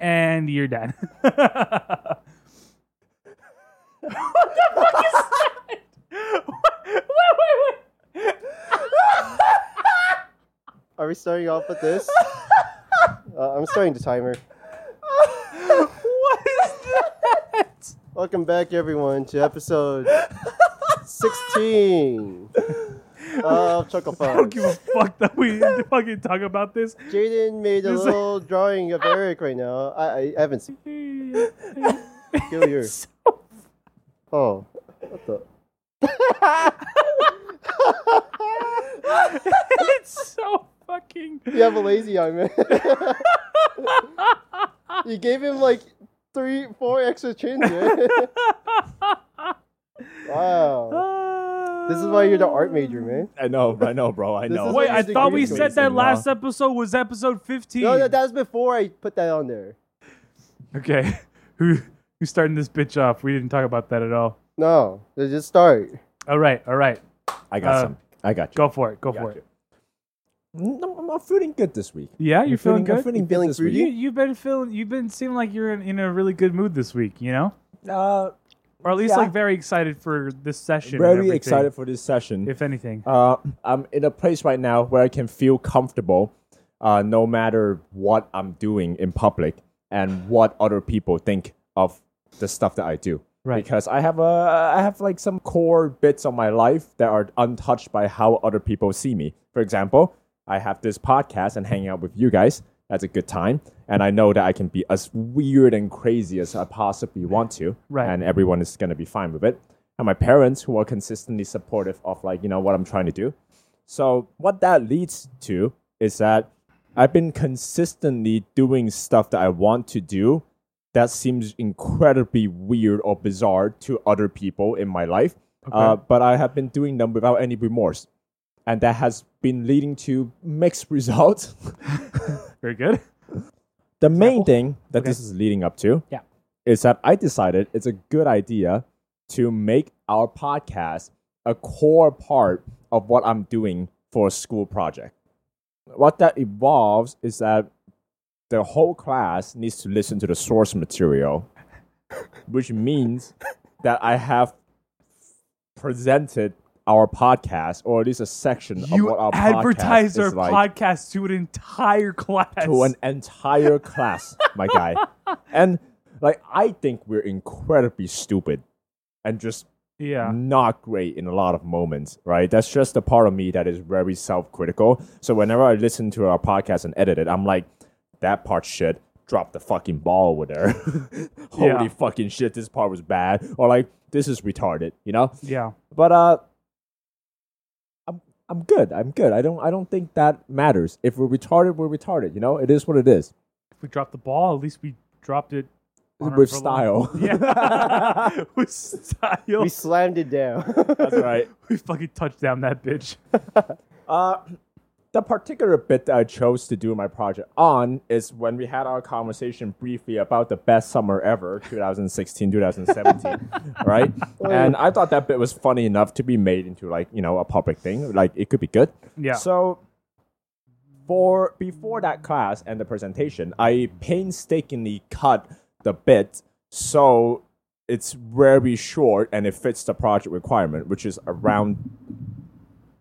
and you're done. Are we starting off with this? Uh, I'm starting the timer. what is that? Welcome back, everyone, to episode 16 of I don't Chucklephone. give a fuck that we need to fucking talk about this. Jaden made a This- little drawing of Eric right now. I, I haven't seen Kill your. It's Oh, what the? it's so fucking. You have a lazy eye, man. you gave him like three, four extra chins, man. wow. This is why you're the art major, man. I know, I know, bro. I This know. is Wait, what I you thought degree we to said is that in last law. episode was episode 15. No, that, that was before I put that on there. okay, who who's starting this bitch off? We didn't talk about that at all. No, let's just start. All right, all right, I got Uh, some. I got you. go for it, go Got for you. it. Mm, I'm, I'm feeling good this week. Yeah, I'm you're feeling, I'm good. feeling good feeling this fruity? you week. you've been feeling you've been seeming like you're in, in a really good mood this week, you know, Uh, or at least Yeah. like very excited for this session. and very everything, excited for this session. if anything. uh, I'm in a place right now where I can feel comfortable, uh, no matter what I'm doing in public and what other people think of the stuff that I do. Right. Because I have a, I have like some core bits of my life that are untouched by how other people see me. For example, I have this podcast and hanging out with you guys. That's a good time, and I know that I can be as weird and crazy as I possibly want to Right. and everyone is going to be fine with it. And my parents, who are consistently supportive of like you know what I'm trying to do. So what that leads to is that I've been consistently doing stuff that I want to do that seems incredibly weird or bizarre to other people in my life. Uh, but I have been doing them without any remorse. And that has been leading to mixed results. Very good. The main thing that this is leading up to Yeah. is that I decided it's a good idea to make our podcast a core part of what I'm doing for a school project. What that evolves is that the whole class needs to listen to the source material, which means that I have presented our podcast, or at least a section of You what our advertise podcast our is like podcast to an entire class. to an entire class, my guy. And like I think we're incredibly stupid and just yeah. not great in a lot of moments, right? That's just the part of me that is very self-critical. So whenever I listen to our podcast and edit it, I'm like, that part shit. Drop the fucking ball over there. Holy Yeah. fucking shit, this part was bad. Or like, this is retarded, you know? Yeah. But uh I'm I'm good. I'm good. I don't I don't think that matters. If we're retarded, we're retarded, you know? It is what it is. If we dropped the ball, at least we dropped it on our with full- style. Yeah. With style. We slammed it down. That's right. We fucking touched down that bitch. Uh, the particular bit that I chose to do my project on is when we had our conversation briefly about the best summer ever, 2016, 2017, right? And I thought that bit was funny enough to be made into like you know a public thing. Like it could be good. Yeah. So for before that class and the presentation, I painstakingly cut the bit so it's very short and it fits the project requirement, which is around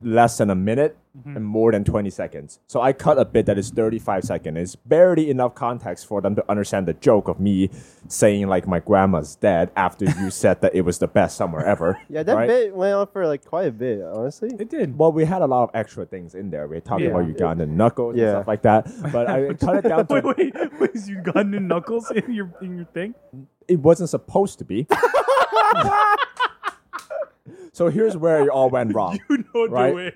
less than a minute and more than 20 seconds. So I cut a bit that is 35 seconds. It's barely enough context for them to understand the joke of me saying like my grandma's dead after you said that it was the best summer ever. Yeah, that right? bit went on for like quite a bit, honestly. it did. Well, we had a lot of extra things in there. We talked Yeah. about Ugandan knuckles Yeah. and stuff like that. But I cut it down to Wait, wait, wait, is you gun and knuckles in your in your thing? it wasn't supposed to be. so here's where it all went wrong. You know the Right. way.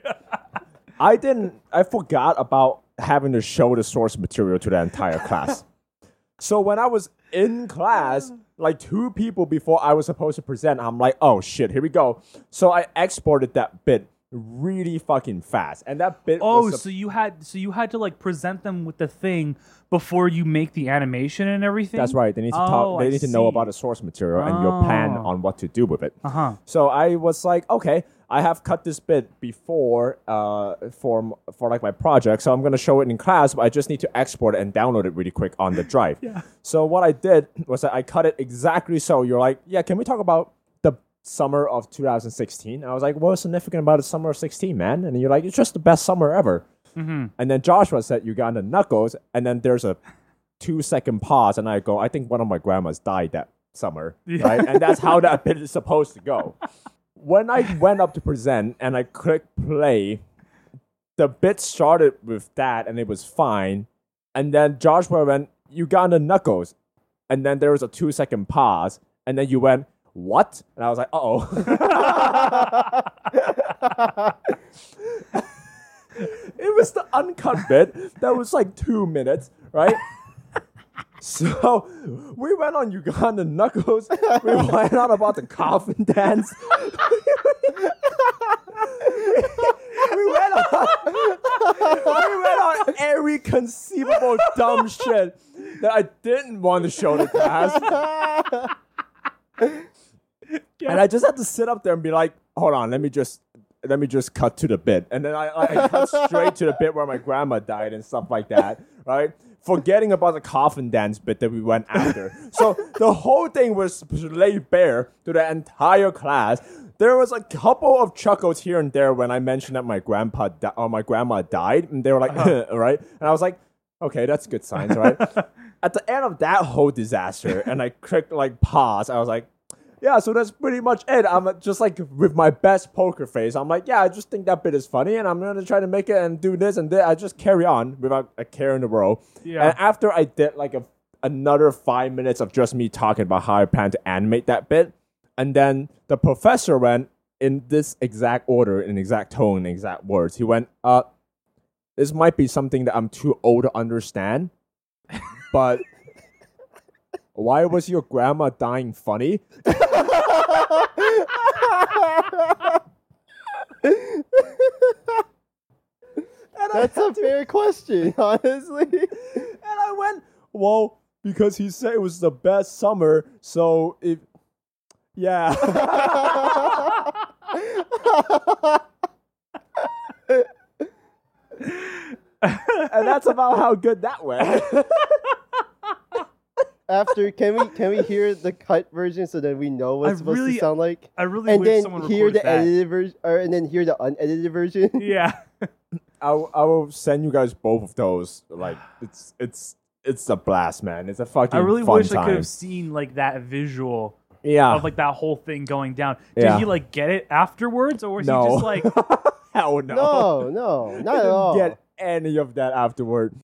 I didn't. I forgot about having to show the source material to the entire class. so when I was in class, like two people before I was supposed to present, I'm like, oh shit, here we go. So I exported that bit really fucking fast, and that bit. Oh, was sup- so you had so you had to like present them with the thing before you make the animation and everything. that's right. They need to Oh, talk. They I need to know see. about the source material and your plan Oh. on what to do with it. Uh huh. So I was like, okay, I have cut this bit before uh, for m- for like my project, so I'm gonna show it in class. But I just need to export it and download it really quick on the drive. Yeah. So what I did was that I cut it exactly so you're like, yeah, can we talk about the summer of 2016? I was like, what's significant about the summer of 16, man? And you're like, it's just the best summer ever. Mm-hmm. And then Joshua said Uganda knuckles, and then there's a two second pause, and I go, I think one of my grandmas died that summer, right? And that's how that bit is supposed to go. When I went up to present and I clicked play, the bit started with that, and it was fine. And then Joshua went Uganda knuckles, and then there was a two second pause, and then you went what? And I was like, uh oh. It was the uncut bit that was like two minutes, right? So we went on Uganda Knuckles. We went on about the coffin dance. we went on. We went on every conceivable dumb shit that I didn't want to show to class. And I just had to sit up there and be like, hold on, let me just let me just cut to the bit. And then I, I, I cut straight to the bit where my grandma died and stuff like that, right? Forgetting about the coffin dance bit that we went after. So the whole thing was laid bare to the entire class. There was a couple of chuckles here and there when I mentioned that my grandpa di- or my grandma died, and they were like, all right? And I was like, okay, that's good signs, right? At the end of that whole disaster, and I clicked like pause, I was like, yeah, so that's pretty much it. I'm uh, just like with my best poker face. I'm like, yeah, I just think that bit is funny, and I'm gonna try to make it and do this and that. I just carry on without a care in the world. Yeah. And after I did like a, another five minutes of just me talking about how I plan to animate that bit, and then the professor went in this exact order, in exact tone, in exact words. He went, uh, this might be something that I'm too old to understand, but. Why was your grandma dying funny? That's a fair question, honestly. And I went, well, because he said it was the best summer, so if yeah. and that's about how good that went. After, can we can we hear the cut version so that we know what I it's supposed really- to sound like? I really And wish then someone hear recorded the that. edited version, or and then hear the unedited version. Yeah. I, will- I will send you guys both of those. Like it's it's it's a blast, man. It's a fucking I really fun wish I could time. have seen like that visual yeah. of like that whole thing going down. Did Yeah. he like get it afterwards, or was no. he just like hell No, no, not at all. get any of that afterward.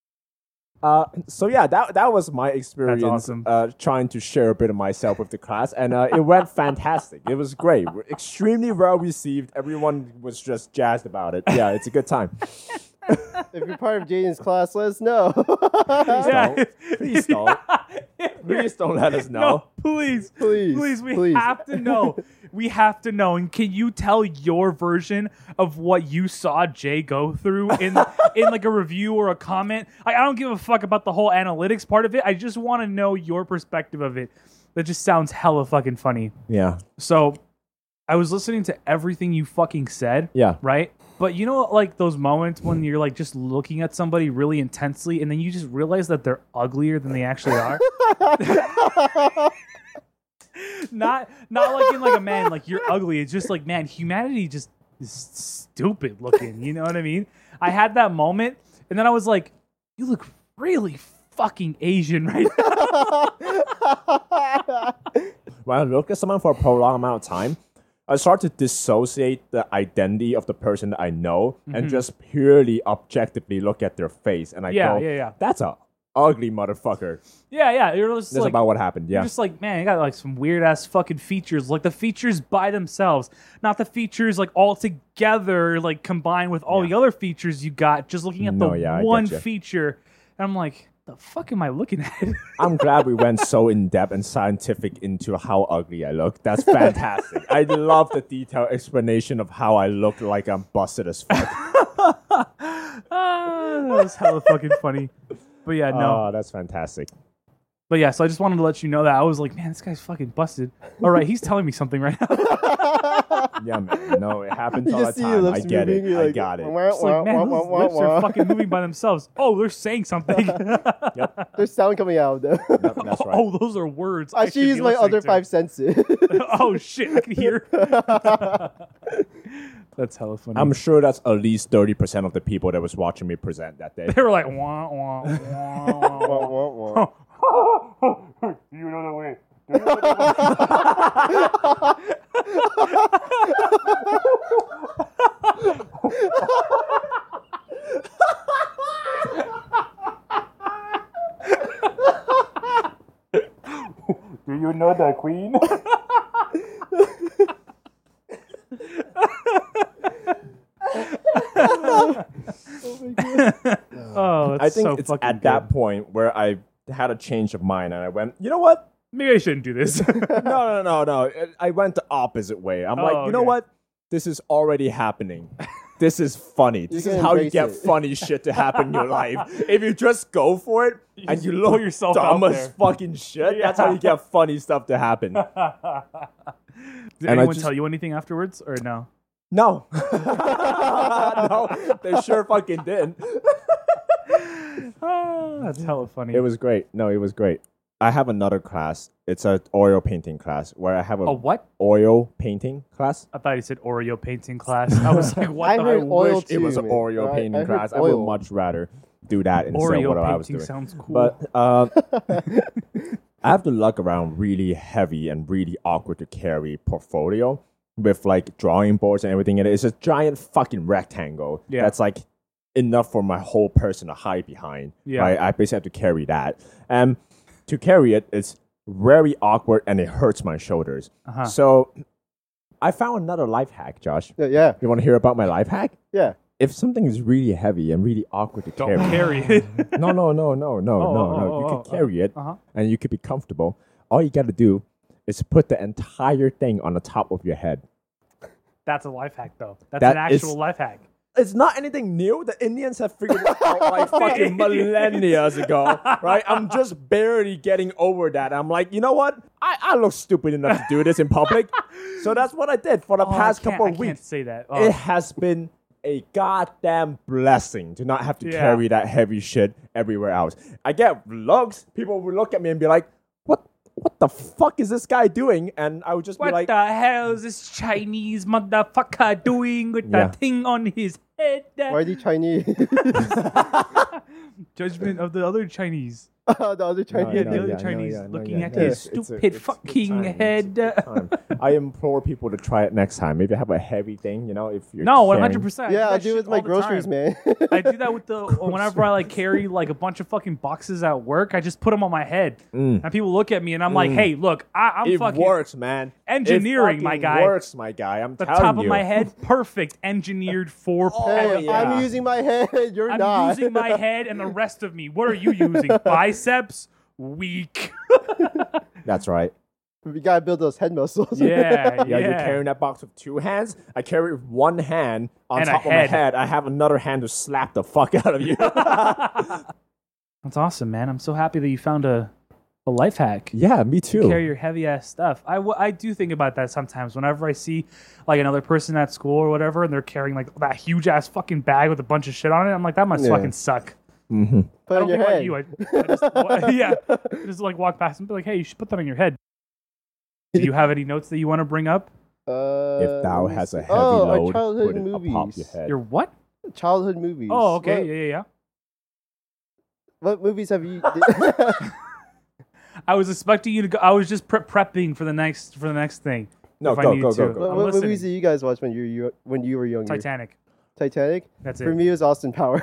Uh, so yeah, that that was my experience awesome. uh, trying to share a bit of myself with the class, and uh, it went fantastic. It was great, We're extremely well received. Everyone was just jazzed about it. Yeah, it's a good time. If you're part of Jaden's class, let us know. yeah, don't. Please don't. Please don't let us know. No, please, Please, please, we please. have to know. We have to know. And can you tell your version of what you saw Jay go through in in like a review or a comment? I, I don't give a fuck about the whole analytics part of it. I just want to know your perspective of it. That just sounds hella fucking funny. Yeah, So, I was listening to everything you fucking said. yeah, Right. But you know, like those moments when you're like just looking at somebody really intensely, and then you just realize that they're uglier than they actually are. not not like in like a man, like you're ugly. It's just like man, humanity just is stupid looking. You know what I mean? I had that moment, and then I was like, you look really fucking Asian right now. when I look at someone for a prolonged amount of time, I start to dissociate the identity of the person that I know Mm-hmm. and just purely objectively look at their face, and I Yeah, go, yeah, yeah. that's a ugly motherfucker." yeah, yeah. You're just That's like, about what happened. Yeah. You're just like, man, you got like some weird ass fucking features. Like the features by themselves, not the features like all together, like combined with all the other features you got, just looking at No, the yeah, I get one ya. feature. And I'm like, the fuck am I looking at? I'm glad we went so in depth and scientific into how ugly I look. That's fantastic. I love the detailed explanation of how I look like I'm busted as fuck. ah, that was hella fucking funny. But yeah, no. Uh. Oh, that's fantastic. But yeah, so I just wanted to let you know that I was like, man, this guy's fucking busted. All right, he's telling me something right now. Yeah, man. No, it happens You all the just see your time. I lips get it. moving, you're I like, got it. "Wah, It's like, wah, wah, man, wah, those wah, lips wah." are fucking moving by themselves. Oh, they're saying something. Yep, There's sound coming out of them. yep, that's right. Oh, those are words. I should be use my listening other to. five senses. oh shit, I can hear. That's hella funny. I'm sure that's at least thirty percent of the people that was watching me present that day. they were like, wah, wah, wah, wah, Wah, wah. wah, wah. Oh. You know the way. Do you know the queen? Oh, Oh, that's I think so it's fucking at good. that point where I had a change of mind and I went, you know what? Maybe I shouldn't do this. No, no, no, no. I went the opposite way. I'm like, Oh, you know okay. what? This is already happening. This is funny. This can is how you embrace get it. funny shit to happen in your life. If you just go for it and just you pull look yourself out dumb as there. fucking shit, that's how you get funny stuff to happen. Did I anyone just- tell you anything afterwards or no? No. no, they sure fucking didn't. Ah, that's hella funny. It was great. No, it was great. I have another class. It's an oil painting class where I have a a Oh, what? oil painting class. I thought you said Oreo painting class. I was like, what I the heard hell? Oil wish it was too, an man. Oreo I- I painting heard class. I oil. would much rather do that instead of Oreo what painting I was doing. sounds cool. But uh, I have to lug around really heavy and really awkward to carry portfolio with like drawing boards and everything in it. It's a giant fucking rectangle Yeah. that's like enough for my whole person to hide behind. Yeah. Right? I basically have to carry that. And to carry it, it's very awkward and it hurts my shoulders. Uh-huh. So I found another life hack, Josh. yeah, yeah, You want to hear about my life hack? yeah. If something is really heavy and really awkward to Don't carry it. no, no, no, Oh, no, no, no, oh, no. oh, you oh, can oh. carry it, Uh-huh. and you could be comfortable. All you got to do is put the entire thing on the top of your head. That's a life hack, though. That's That an actual is- life hack. It's not anything new. The Indians have figured it out like fucking millennia ago, right? I'm just barely getting over that. I'm like, you know what? I, I look stupid enough to do this in public, so that's what I did for the Oh, I past can't- couple I of can't weeks. say that. It Oh, has been a goddamn blessing to not have to Yeah. carry that heavy shit everywhere else. I get vlogs, people will look at me and be like, "What? What the fuck is this guy doing?" And I would just what be like, "Oh, the hell is this Chinese motherfucker doing with Yeah. that thing on his head? Why are they Chinese? Judgment of the other Chinese. the other Yeah, Chinese. the other yeah, no, Chinese yeah, no, looking yeah, at no, his it's- it's a- stupid it's a good fucking time, it's a head. good time. I implore people to try it next time. Maybe have a heavy thing, you know, if you're No, one carrying- hundred percent. Yeah, I do it with my groceries, man. I do that with the whenever I like carry like a bunch of fucking boxes at work. I just put them on my head, and people look at me, and I'm like, "Hey, look, I, I'm Mm. It fucking works, man. It engineering, my fucking guy. Works, my guy. I'm the telling top you. of my head, perfect, engineered for Oh, power. yeah. I'm using my head. You're I'm not. using my head and the rest of me. What are you using? Biceps? Weak. That's right. we gotta build those head muscles. Yeah, yeah. Yeah, you're carrying that box with two hands. I carry it with one hand on And a top of my head. head. I have another hand to slap the fuck out of you. That's awesome, man. I'm so happy that you found a a life hack. yeah, me too. carry your heavy ass stuff. I, w- I do think about that sometimes whenever I see like another person at school or whatever and they're carrying like that huge ass fucking bag with a bunch of shit on it. I'm like, that must Yeah. fucking suck. Put I it don't on your think like head. you. I, I just, wa- yeah, I just like walk past and be like, hey, you should put that on your head. Do you have any notes that you want to bring up? Uh, if thou let me has a see. heavy oh, our load, childhood put it movies. upon your head. Your what? Childhood movies. Oh, okay, What, yeah, yeah, what movies have you? yeah. I was expecting you to go. I was just pre- prepping for the next for the next thing. No, if I go, needed go, go, to. go. what I'm what listening. movies did you guys watch when you, you when you were younger? Titanic. Titanic. That's For it. me, it was Austin Powers.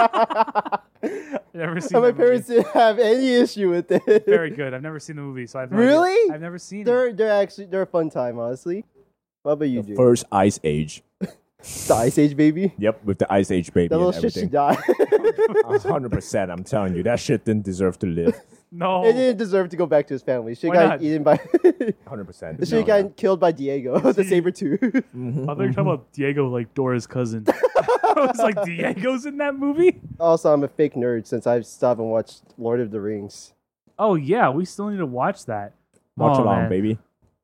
Never seen. that And my movie. parents didn't have any issue with it. Very good. I've never seen the movie, so I've no idea. Really? I've never seen it. They're they're actually they're a fun time, honestly. What about you, dude? First Ice Age. the Ice Age baby. Yep, with the Ice Age baby That little and shit she everything. died. it A hundred percent. I'm telling you, that shit didn't deserve to live. No. didn't deserve to go back to his family. She Oh. Why got not? eaten by. A Hundred percent. she got killed by Diego, the saber tooth. I think Oh, talking about Diego like Dora's cousin. I was like, Diego's in that movie? also, I'm a fake nerd since I still haven't watched Lord of the Rings. Oh yeah, we still need to watch that. Watch Oh, along, man. baby.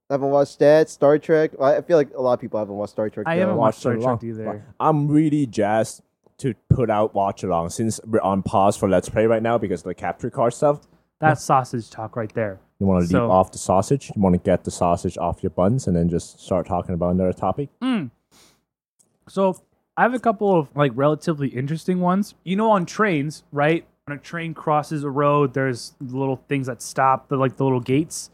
I haven't watched that. Star Trek. I I feel like a lot of people haven't watched Star Trek. I though. haven't watched Star along. Trek either. I'm really jazzed to put out watch along since we're on pause for Let's Play right now because of the capture card stuff. That's sausage talk right there. You want to So- leave off the sausage. You want to get the sausage off your buns and then just start talking about another topic. So I have a couple of like relatively interesting ones. You know, on trains, right? When a train crosses a road, there's little things that stop the like the little gates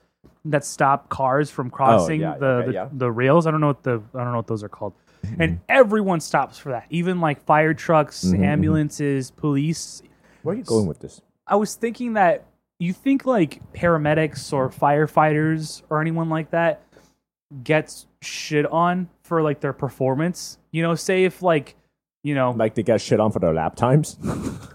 that stop cars from crossing Oh, yeah, the okay, the, yeah. Mm-hmm. the rails. I don't know what the I don't know what those are called. And everyone stops for that, even like fire trucks, ambulances, police. Where are you going with this? I was thinking that you think like paramedics or firefighters or anyone like that gets shit on for like their performance. You know, say if like you know Like they get shit on for their lap times.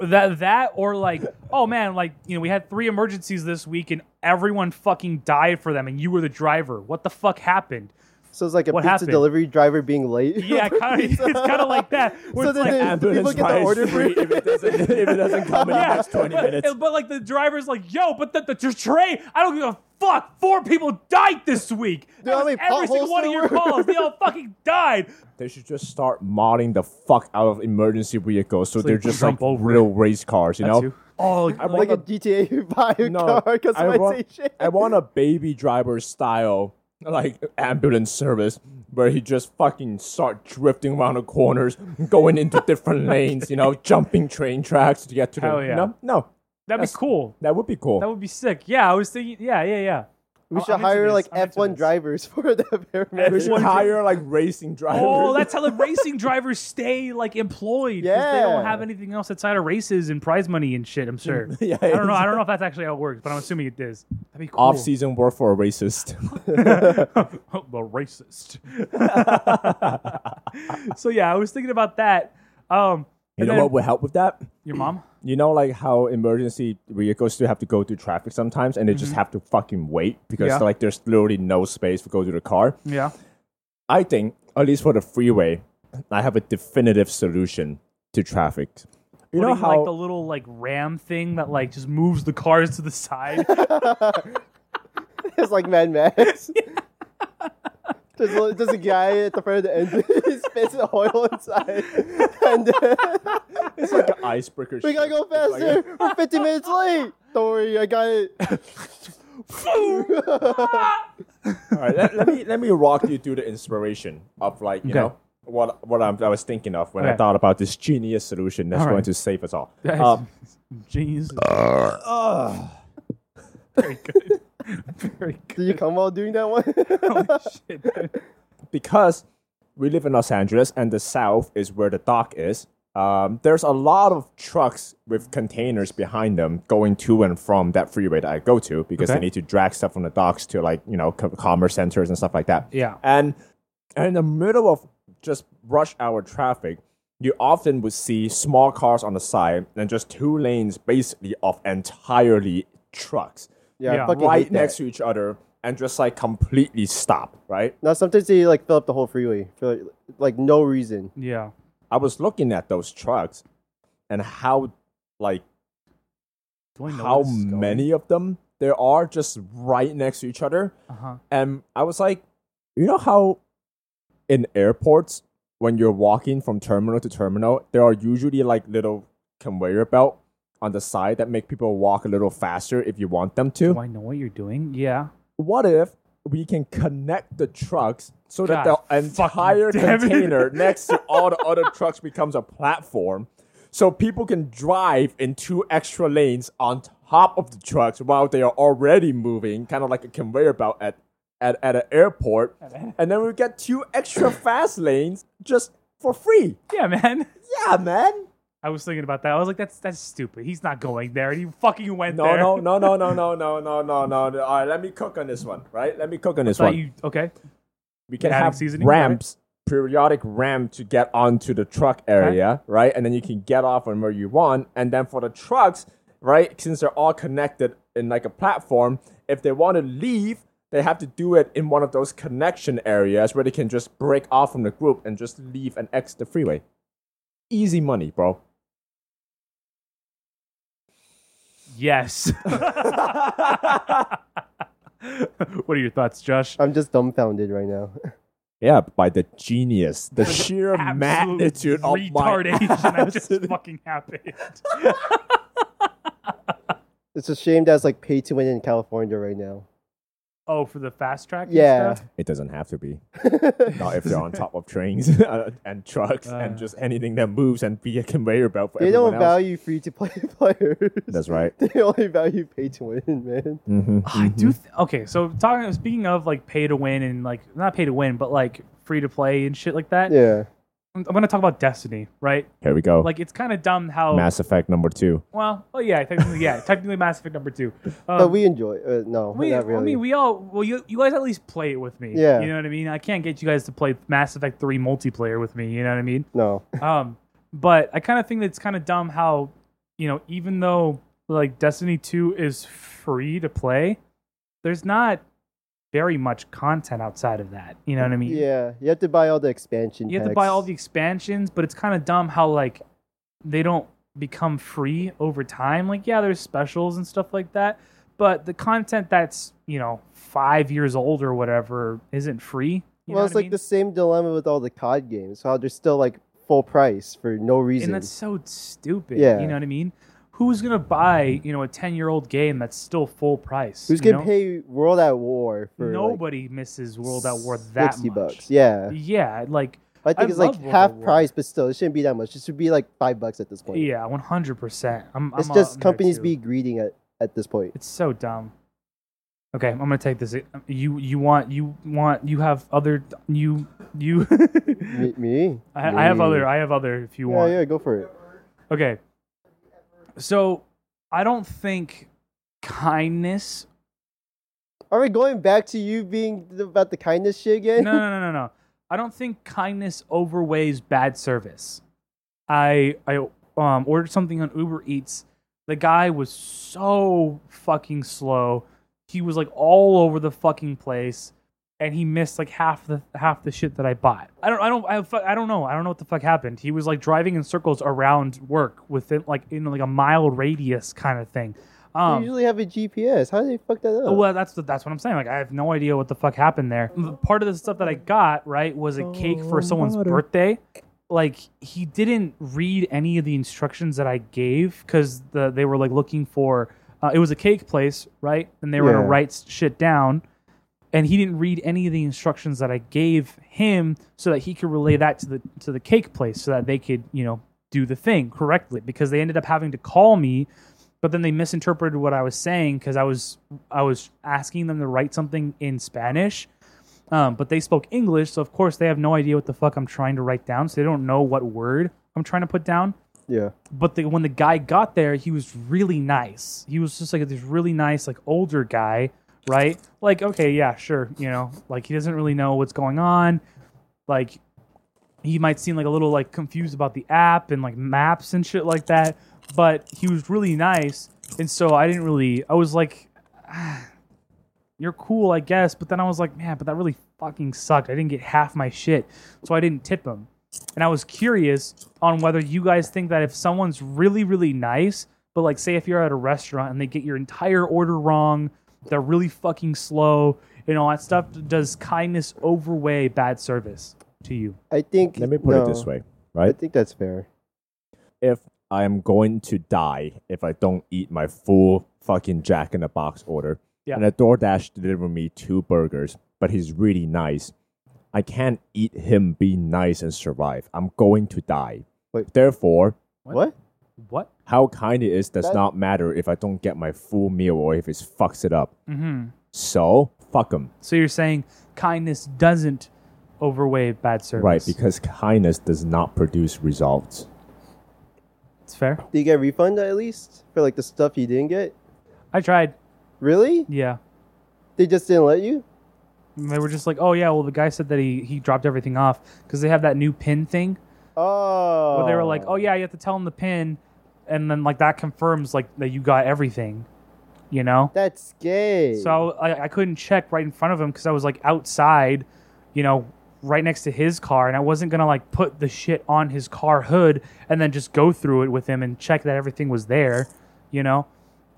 that that or like oh man like you know we had three emergencies this week and everyone fucking died for them and you were the driver what the fuck happened So it's like a What pizza happened? delivery driver being late. yeah kind of, it's kind of like that where So it's then like, they- Ambulance people get the fire order is free for- if it doesn't if it doesn't come in the next twenty minutes. But like the driver's like, yo, but the, the, the train, I don't give a fuck. Four people died this week. That how was many every single potholes one of there your were? calls. They all fucking died. They should just start modding the fuck out of emergency vehicles so, So they're you just like jump over real race cars, you know? Oh, like, like a GTA 5 No, car I want, customization. I want a baby driver style like ambulance service where he just fucking start drifting around the corners, going into different lanes, you know, jumping train tracks to get to Hell the yeah. no, no, that'd be that's- cool. that would be cool. That would be sick. Yeah, I was thinking, yeah, yeah, yeah. we I'm should into hire this. like I'm into F1 this. drivers for the we paramedics. should hire like racing drivers. Oh, that's how the racing drivers stay like employed. 'cause They don't Yeah. have anything else outside of races and prize money and shit, I'm sure. Yeah, I don't know. I don't know if that's actually how it works, but I'm assuming it is. That'd be cool. off season work for a racist. the racist. so yeah, I was thinking about that. Um, you and know then- what would help with that? Your mom? You know, like how emergency vehicles still have to go through traffic sometimes, and they just have to fucking wait because Mm-hmm. Yeah. like there's literally no space for go to the car. Yeah. I think, at least for the freeway, I have a definitive solution to traffic. You know Putting, how like the little like ram thing that like just moves the cars to the side. Um, it's like Mad Max. There's a, there's a guy at the front of the engine. He spits oil inside. And then, it's like an icebreaker. we gotta go faster. We're 50 minutes late. Don't worry, I got it. All right, let, let me let me walk you through the inspiration of like you Okay. know what what I'm, I was thinking of when I Okay. thought about this genius solution that's All right. going to save us all. That's Uh, genius. ugh. Very good. Very good. Did you come while doing that one? Holy shit. dude. because we live in Los Angeles and the South is where the dock is. Um, there's a lot of trucks with containers behind them going to and from that freeway that I go to because Okay. they need to drag stuff from the docks to like you know co- commerce centers and stuff like that. Yeah. and in the middle of just rush hour traffic, you often would see small cars on the side and just two lanes basically of entirely trucks yeah, Yeah, I fucking right hate that. next to each other and just like completely stop right. Now sometimes they like fill up the whole freeway for like, like no reason. Yeah. I was looking at those trucks and how like Do Oh, I know how where this is going? many of them there are just right next to each other. Uh-huh. And I was like, you know how in airports when you're walking from terminal to terminal, there are usually like little conveyor belt on the side that make people walk a little faster if you want them to. Do I know what you're doing? Yeah. What if we can connect the trucks so God that the entire fucking damn it. container next to all the other trucks becomes a platform so people can drive in two extra lanes on top of the trucks while they are already moving, kind of like a conveyor belt at, at, at an airport. And then we get two extra fast lanes just for free. Yeah, man. Yeah, man. I was thinking about that. I was like, that's that's stupid. He's not going there. And he fucking went No, there. no, no, no, no, no, no, no, no, no. no. All right, let me cook on this one, right? Let me cook on this Thought one. you okay. we can Adding have seasoning, ramps, periodic ramp to get onto the truck area, right? And then you can get off whenever you want. And then for the trucks, right, since they're all connected in like a platform, if they want to leave, they have to do it in one of those connection areas where they can just break off from the group and just leave and exit the freeway. Easy money, bro. Yes. what are your thoughts, Josh? I'm just dumbfounded right now. Yeah, by the genius, the sheer Absolute magnitude of my retardation that just accident. fucking happened. It's a shame that's like pay to win in California right now. Oh, for the fast track? and Yeah. stuff? It doesn't have to be. Not if they're on top of trains and trucks Uh. and just anything that moves and be a conveyor belt for They everyone don't else. value free to play players. That's right. They only value pay to win, man. Mm-hmm. Ah, I do. Th- okay, so talking. Speaking of like pay to win and like not pay to win, but like free to play and shit like that. Yeah. I'm, I'm gonna talk about Destiny, right? Here we go. Like oh. it's kind of dumb how. Mass Effect number two. well, oh yeah, technically, yeah, technically Mass Effect number two. Um, But we enjoy. Uh, no, we, not really. I mean, we all. Well, you you guys at least play it with me. Yeah. You know what I mean? I can't get you guys to play Mass Effect three multiplayer with me. You know what I mean? no. Um, but I kind of think that's kind of dumb how, you know, even though like Destiny 2 is free to play, there's not very much content outside of that. You know what I mean? Yeah, you have to buy all the expansion. Mm-hmm. You have to buy packs. all the expansions, but it's kind of dumb how like they don't become free over time. Like, yeah, there's specials and stuff like that, but the content that's, you know, five years old or whatever isn't free. You know well, it's what I like mean? the same dilemma with all the COD games. How they're still like full price for no reason. And that's so stupid. Yeah. You know what I mean? Who's gonna buy, you know, a ten year old game that's still full price? Who's you gonna know? pay World at War for like, nobody misses World at War that sixty much. bucks? Yeah, Yeah, like I I think it's like love World half at War. price, but still, it shouldn't be that much. It should be like five bucks at this point. yeah, one hundred percent. I'm it's I'm just up there, companies too. be greedy at at this point. It's so dumb. Okay, I'm gonna take this. uh, You you want you want you have other you you. Me, me? I, I have Me. other. I have other. If you Yeah, want. yeah, go for it. Okay. So, I don't think kindness Are we going back to you being th- about the kindness shit again? no, no, no, no, no. I don't think kindness overweighs bad service. I I um, ordered something on Uber Eats. The guy was so fucking slow. He was like all over the fucking place, and he missed like half the half the shit that I bought. I don't I don't I, fu- I don't know. I don't know what the fuck happened. He was like driving in circles around work within like in like a mile radius kind of thing. you Um, usually have a GPS. How do they fuck that up? well, that's the, that's what I'm saying. Like, I have no idea what the fuck happened there. M- Part of the stuff that I got right was a cake for someone's birthday. Like, he didn't read any of the instructions that I gave because the they were like looking for. Uh, it was a cake place, right? And they were gonna Yeah. write s- shit down, and he didn't read any of the instructions that I gave him so that he could relay that to the to the cake place so that they could you know do the thing correctly because they ended up having to call me but then they misinterpreted what I was saying because I was I was asking them to write something in Spanish, um, but they spoke English, so of course they have no idea what the fuck I'm trying to write down, so they don't know what word I'm trying to put down. yeah. But the, when the guy got there, he was really nice. He was just like this really nice, like older guy, right? Like, okay, yeah, sure, you know, like he doesn't really know what's going on, like he might seem like a little like confused about the app and like maps and shit like that but he was really nice and so i didn't really i was like "Ah, you're cool i guess but then i was like man but that really fucking sucked i didn't get half my shit so i didn't tip him and i was curious on whether you guys think that if someone's really really nice but like say if you're at a restaurant and they get your entire order wrong they're really fucking slow and all that stuff does kindness overweigh bad service to you I think. Let me put no. it this way, I right? think that's fair. If I am going to die if I don't eat my full fucking Jack in the Box order, Yeah. and a DoorDash delivered me two burgers, but he's really nice, I can't eat him, be nice, and survive. I'm going to die. Wait. Therefore, What? What? what how kind it is does That- not matter if I don't get my full meal or if it fucks it up. mm-hmm So fuck him, So you're saying kindness doesn't overweigh bad service. right? Because kindness does not produce results. it's fair. Did you get a refund at least for like the stuff you didn't get? I tried. Really? Yeah. They just didn't let you? And They were just like, oh yeah, well the guy said that he, he dropped everything off because they have that new pin thing Oh. where they were like, oh yeah, you have to tell him the pin, and then like that confirms like that you got everything, you know. That's gay. So I, I couldn't check right in front of him because I was like outside, you know, right next to his car, and I wasn't gonna like put the shit on his car hood and then just go through it with him and check that everything was there, you know.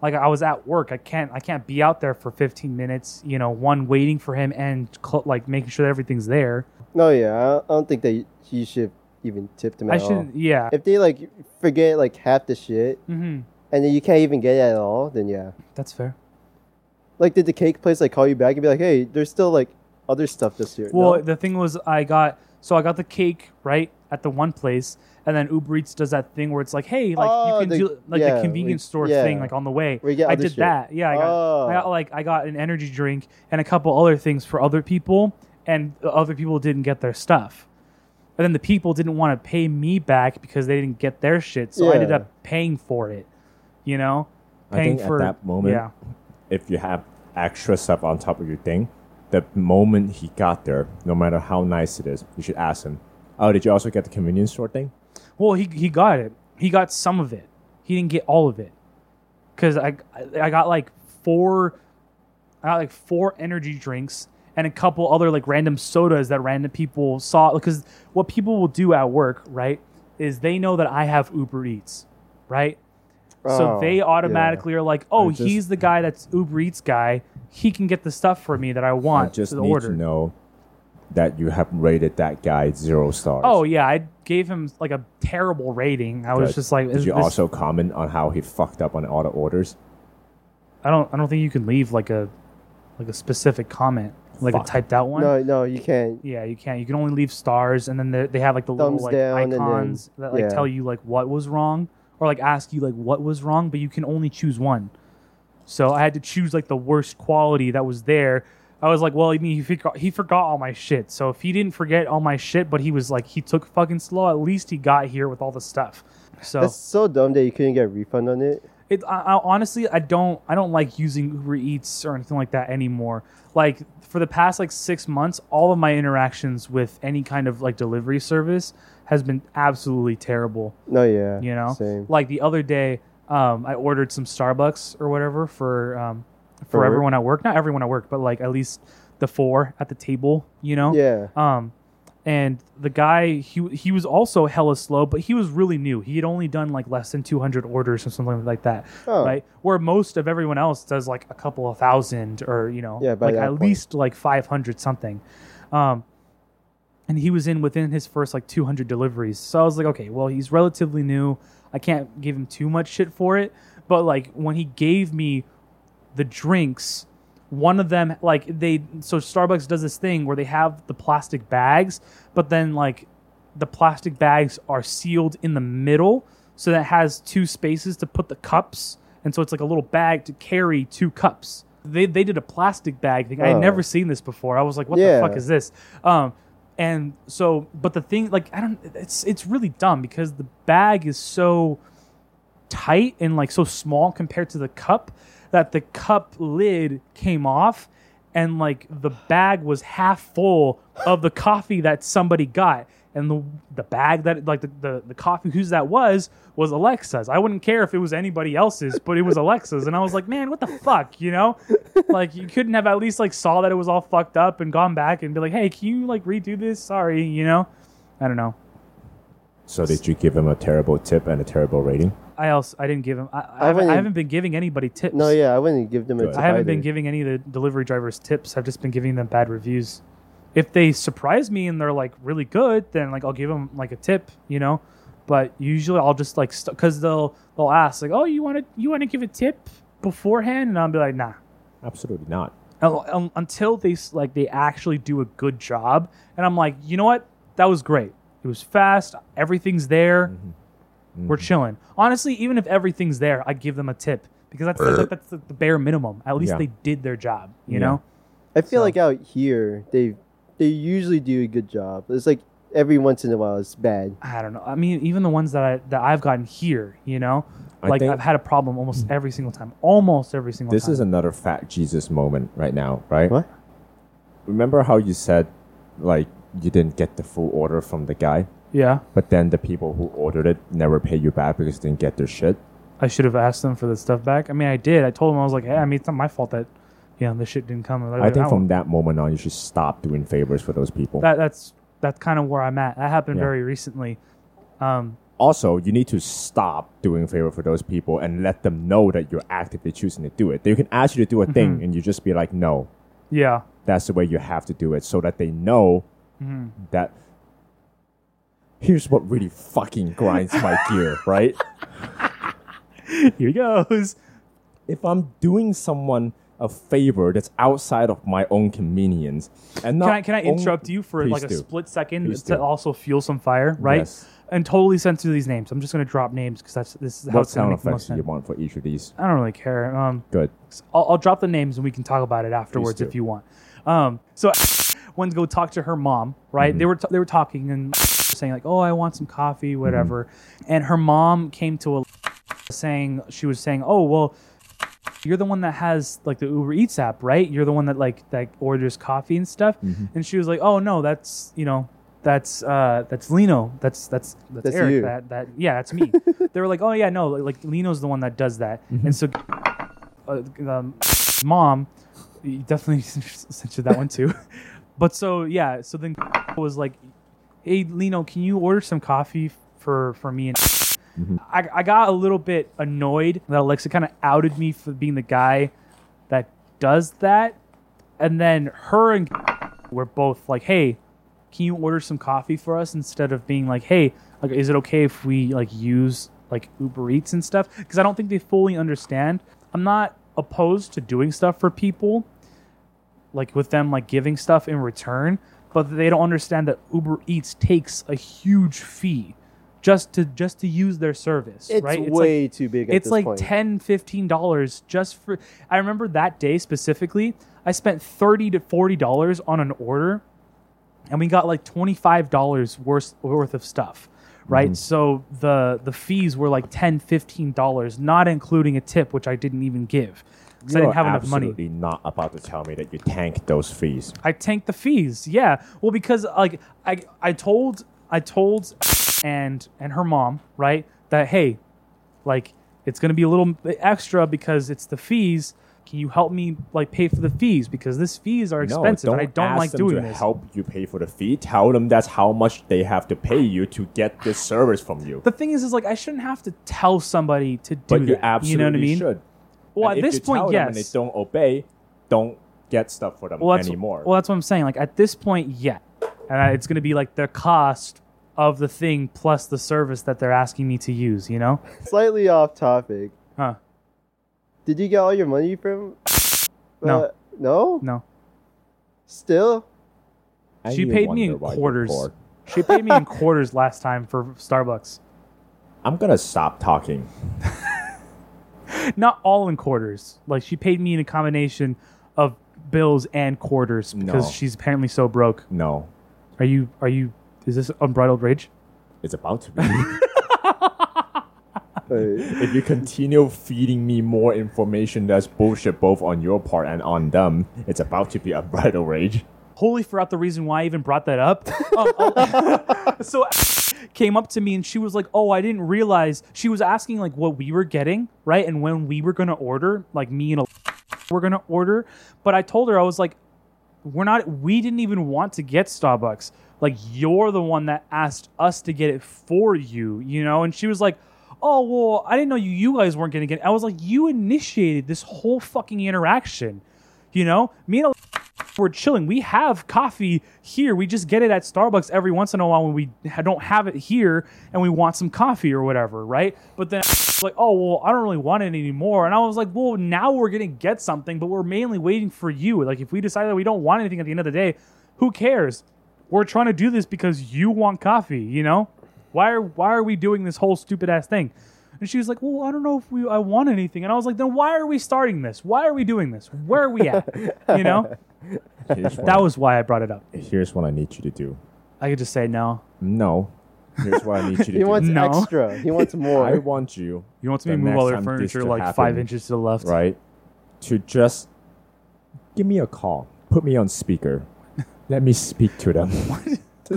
like I was at work. I can't I can't be out there for 15 minutes. You know, one waiting for him and cl- like making sure that everything's there. No, yeah, I don't- I don't think that you should even tip them. I at all. shouldn't. Yeah. If they like forget like half the shit, hmm and then you can't even get it at all, then yeah. That's fair. Like, did the cake place like call you back and be like, "Hey, there's still like other stuff this year"? Well, no? the thing was, I got so I got the cake right at the one place, and then Uber Eats does that thing where it's like, hey, like Oh, you can the- do like yeah, the convenience like- store yeah. thing, like on the way. Where you get I other did shit. that. Yeah, I got, I got Oh. like I got an energy drink and a couple other things for other people, and the other people didn't get their stuff. And then the people didn't want to pay me back because they didn't get their shit, so I ended Yeah. up paying for it. You know, I paying think at for that moment- Yeah, if you have extra stuff on top of your thing, the moment he got there, no matter how nice it is, you should ask him. Oh, did you also get the convenience store thing? Well, he he got it. He got some of it. He didn't get all of it because I I got like four, I got like four energy drinks and a couple other like random sodas that random people saw. Because what people will do at work, right, is they know that I have Uber Eats, right? So Oh, they yeah. automatically are like, oh, I just- he's the guy that's Uber Eats guy. He can get the stuff for me that I I want just to need order. to know that you have rated that guy zero stars. Oh yeah, I gave him like a terrible rating. I was Good. just like, Did is you this- also comment on how he fucked up on all the orders? I don't I don't think you can leave like a like a specific comment like Fuck. a typed out one. no, no, you can't. Yeah, you can't. You can only leave stars, and then they- they have like the Thumbs little like down and then- icons that like yeah. tell you like what was wrong or like ask you like what was wrong, but you can only choose one. So I had to choose like the worst quality that was there. I was like, well, I mean, he forgot, he forgot all my shit. So if he didn't forget all my shit, but he was like, he took fucking slow. At least he got here with all the stuff. So That's so dumb that you couldn't get a refund on it. it, I, I honestly I don't I don't like using Uber Eats or anything like that anymore. Like for the past like six months, all of my interactions with any kind of like delivery service has been absolutely terrible. No, yeah, You know, same. like the other day, um, I ordered some Starbucks or whatever for um, For for work? everyone at work. Not everyone at work, but like at least the four at the table. You know, Yeah, um, and the guy he he was also hella slow, but he was really new. He had only done like less than two hundred orders or something like that, Oh. right? Where most of everyone else does like a couple of thousand or you know, Yeah, by like that at point. least like five hundred something. Um, and he was in within his first like two hundred deliveries. So I was like, okay, well he's relatively new. I can't give him too much shit for it, but like when he gave me the drinks one of them like they so starbucks does this thing where they have the plastic bags but then like the plastic bags are sealed in the middle so that it has two spaces to put the cups and so it's like a little bag to carry two cups they, they did a plastic bag thing i had Oh. never seen this before i was like what Yeah. the fuck is this um and so but the thing like i don't it's it's really dumb because the bag is so tight and like so small compared to the cup that the cup lid came off and like the bag was half full of the coffee that somebody got and the the bag that like the, the, the coffee whose that was was Alexa's. I wouldn't care if it was anybody else's, but it was Alexa's and I was like, "Man, what the fuck?" you know? Like you couldn't have at least like saw that it was all fucked up and gone back and be like, "Hey, can you like redo this? Sorry," you know? I don't know. So did you give him a terrible tip and a terrible rating? I also I didn't give him. I, I, I haven't, I wouldn't- haven't been giving anybody tips. no, yeah, I wouldn't give them a. Good. tip I haven't been either. giving any of the delivery drivers tips. I've just been giving them bad reviews. If they surprise me and they're like really good, then like I'll give them like a tip, you know. But usually I'll just like st because they'll they'll ask like, oh, you want to you want to give a tip beforehand, and I'll be like, nah. Absolutely not. Un- un- um, Until they s- like they actually do a good job, and I'm like, you know what, that was great. It was fast. Everything's there. Mm-hmm. We're chilling. Honestly, even if everything's there, I give them a tip because that's the, that's the, the bare minimum. At least Uh. Yeah. they did their job, you Yeah. know. I feel like out here they they usually do a good job. It's like every once in a while it's bad. I don't know. I mean, even the ones that I that I've gotten here, you know, I like think- Mm-hmm. I've had a problem almost every single time, almost every single This time. is another fat Jesus moment right now, right? What? Remember how you said, like, you didn't get the full order from the guy, yeah. but then the people who ordered it never pay you back because they didn't get their shit? I should have asked them for the stuff back. I mean, I did. I told them I was like, hey, I mean, it's not my fault that you know this shit didn't come. I think don't- from that moment on, you should stop doing favors for those people. that that's that's kind of where I'm at. That happened Yeah. very recently. Um, also, you need to stop doing favor for those people and let them know that you're actively choosing to do it. They can ask you to do a thing, and you just be like, "No, Yeah. that's the way you have to do it," so that they know Mm-hmm. that. Here's what really fucking grinds my gear, right? Here he goes. if I'm doing someone a favor that's outside of my own convenience, and not Can I, can I only- interrupt you for Oh, Please like a do. split second Please to do. also fuel some fire, right? Yes. And totally censor these names. I'm just gonna drop names because that's this is how What it's gonna sound make the most effects do you sense. want for each of these? I don't really care. Um, Good. I'll, I'll drop the names and we can talk about it afterwards do. if you want. Um, so went to go talk to her mom, right? Mm-hmm. They were t- they were talking and saying like, "Oh, I want some coffee, whatever." And her mom came to a saying she was saying, "Oh, well, you're the one that has like the Uber Eats app, right? You're the one that like that orders coffee and stuff." And she was like, "Oh no, that's you know." That's uh, that's Lino. That's that's that's, That's Eric. you. That that yeah, that's me. they were like, oh yeah, no, like Lino's the one that does that. And so uh, um, mom, you definitely censored that one too. but so yeah, so then was like, "Hey Lino, can you order some coffee for for me?" And I, I got a little bit annoyed that Alexa kind of outed me for being the guy that does that, and then her and were both like, "Hey, can you order some coffee for us?" Instead of being like, "Hey, like, is it okay if we like use like Uber Eats and stuff?" Because I don't think they fully understand. I'm not opposed to doing stuff for people, like with them like giving stuff in return, but they don't understand that Uber Eats takes a huge fee just to just to use their service. It's right? like- way too big. At it's this like point. ten, fifteen dollars just for. I remember that day specifically. I spent thirty to forty dollars on an order, and we got like twenty five dollars worth worth of stuff. Right, Mm-hmm. so the the fees were like 10 dollars, not including a tip, which I didn't even give because I You didn't are have enough money. absolutely not about to tell me that you tanked those fees. I tanked the fees. Yeah. Well, because like I I told I told and and her mom right that hey, like it's gonna be a little bit extra because it's the fees. Can you help me like pay for the fees because these fees are expensive no, and I don't ask like them doing to this. help you pay for the fee. Tell them that's how much they have to pay you to get this service from you. The thing is, is like I shouldn't have to tell somebody to do but you that. absolutely you know what I mean? should. Well, And at if this you point, tell them yes. and they don't obey, don't get stuff for them well, that's, anymore. Well, that's what I'm saying. Like at this point, yeah, and it's going to be like the cost of the thing plus the service that they're asking me to use. You know? Slightly off topic. Huh? Did you get all your money from? No. Uh, no. No. Still. And she you paid me wonder in why you're quarters. poor. She paid me in quarters last time for Starbucks. I'm gonna stop talking. Not all in quarters. Like she paid me in a combination of bills and quarters because No. she's apparently so broke. No, Are you? Are you? Is this unbridled rage? it's about to be. Wait. if you continue feeding me more information that's bullshit both on your part and on them, it's about to be a bridal rage. Wholly forgot the reason why I even brought that up. Um, I'll- so came up to me and she was like, "Oh, I didn't realize." She was asking like what we were getting, right, and when we were gonna order, like me and a were gonna order. But I told her I was like, we're not we didn't even want to get Starbucks. Like you're the one that asked us to get it for you, you know? And she was like, "Oh, well, I didn't know you you guys weren't going to get it." I was like, "You initiated this whole fucking interaction." You know? Me and we're chilling. We have coffee here. We just get it at Starbucks every once in a while when we ha- don't have it here and we want some coffee or whatever, right? But then like, oh well, I don't really want it anymore. And I was like, well, now we're gonna get something, but we're mainly waiting for you. Like, if we decide that we don't want anything at the end of the day, who cares? We're trying to do this because you want coffee, you know? Why are why are we doing this whole stupid ass thing? And she was like, "Well, I don't know if we I want anything." And I was like, "Then why are we starting this? Why are we doing this? Where are we at?" You know? Here's what, That was why I brought it up. here's what I need you to do. I could just say no. No, here's what I need you to He do. wants No. extra. He wants I more. want you, You want The me to move all next their time this furniture should like happen, five inches to the left? right, to just give me a call. Put me on speaker. Let me speak to them.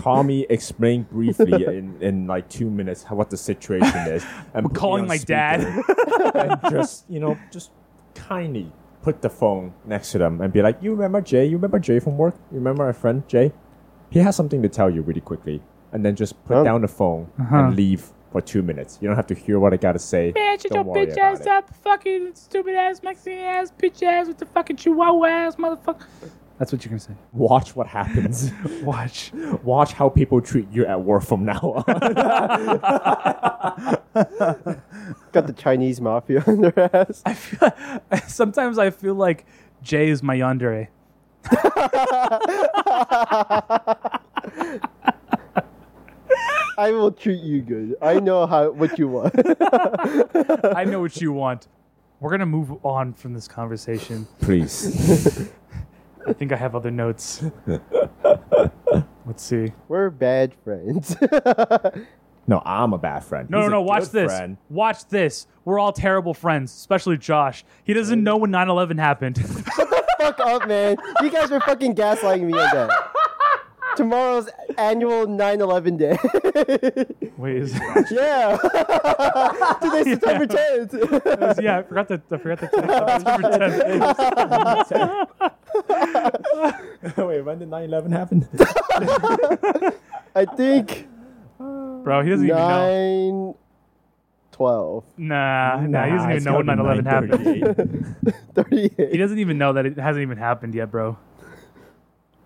Call me, explain briefly in, in like two minutes how, what the situation is. And put me Calling on my speaker. dad. and just you know just kindly put the phone next to them and be like you remember jay you remember jay from work you remember our friend jay he has something to tell you really quickly and then just put Oh. down the phone Uh-huh. and leave for two minutes. You don't have to hear what I gotta say. Bitch, Don't worry bitch about ass it. up, fucking stupid ass, Mexican ass, bitch ass with the fucking chihuahua ass, motherfucker. That's what you're gonna say. Watch what happens. Watch. Watch how people treat you at work from now on. Got the Chinese mafia on their ass. I feel, sometimes I feel like Jay is my yandere. I will treat you good. I know how what you want. I know what you want. We're gonna move on from this conversation. Please. I think I have other notes. Let's see. We're bad friends. No, I'm a bad friend. No, He's no, a no. Watch good this. friend. Watch this. We're all terrible friends, especially Josh. He doesn't know when 9 11 happened. Fuck up, man. You guys are fucking gaslighting me again. Tomorrow's annual 9/11 day. Wait, is, yeah. Today's September 10th. yeah, I forgot that. I forgot that. today comes from 10 days. Wait, when did 9 11 happen? I think Bro, he doesn't even know. 9 12 Nah, nah, he doesn't even know when 9 11 happened. 38. He doesn't even know that it hasn't even happened yet, bro.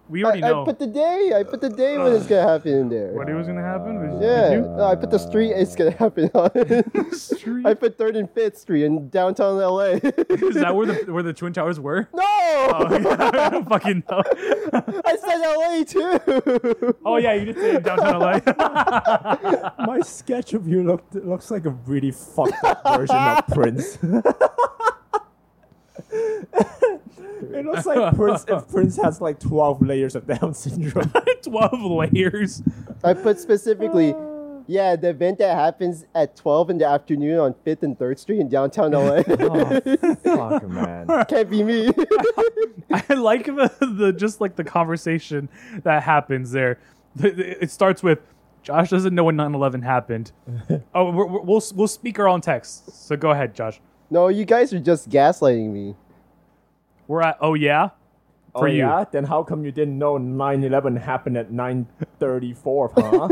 We already I, I know put the day. I put the day when it's gonna happen in there. what it was going to happen. Was- yeah, did No, I put the street it's gonna happen on. you? Street. I put Third and Fifth Street in downtown LA. Is that where the where the twin towers were? no, Oh, I don't fucking know. I said LA too. Oh yeah, you did say in downtown LA. My sketch of you looked, looks like a really fucked up version of Prince. it looks like Prince if Prince has like 12 layers of Down syndrome. Twelve layers. I put specifically. Yeah, the event that happens at 12 in the afternoon on 5th and 3rd Street in downtown LA. Oh. Fuck, man. Can't be me. I like the, the just like the conversation that happens there. The- the- It starts with Josh doesn't know when 9/11 happened. oh, we're, we're, we'll we'll speak our own text. So go ahead, Josh. no, you guys are just gaslighting me. We're at oh yeah. Oh, For you. yeah? Then how come you didn't know 9 11 happened at 9 34, huh?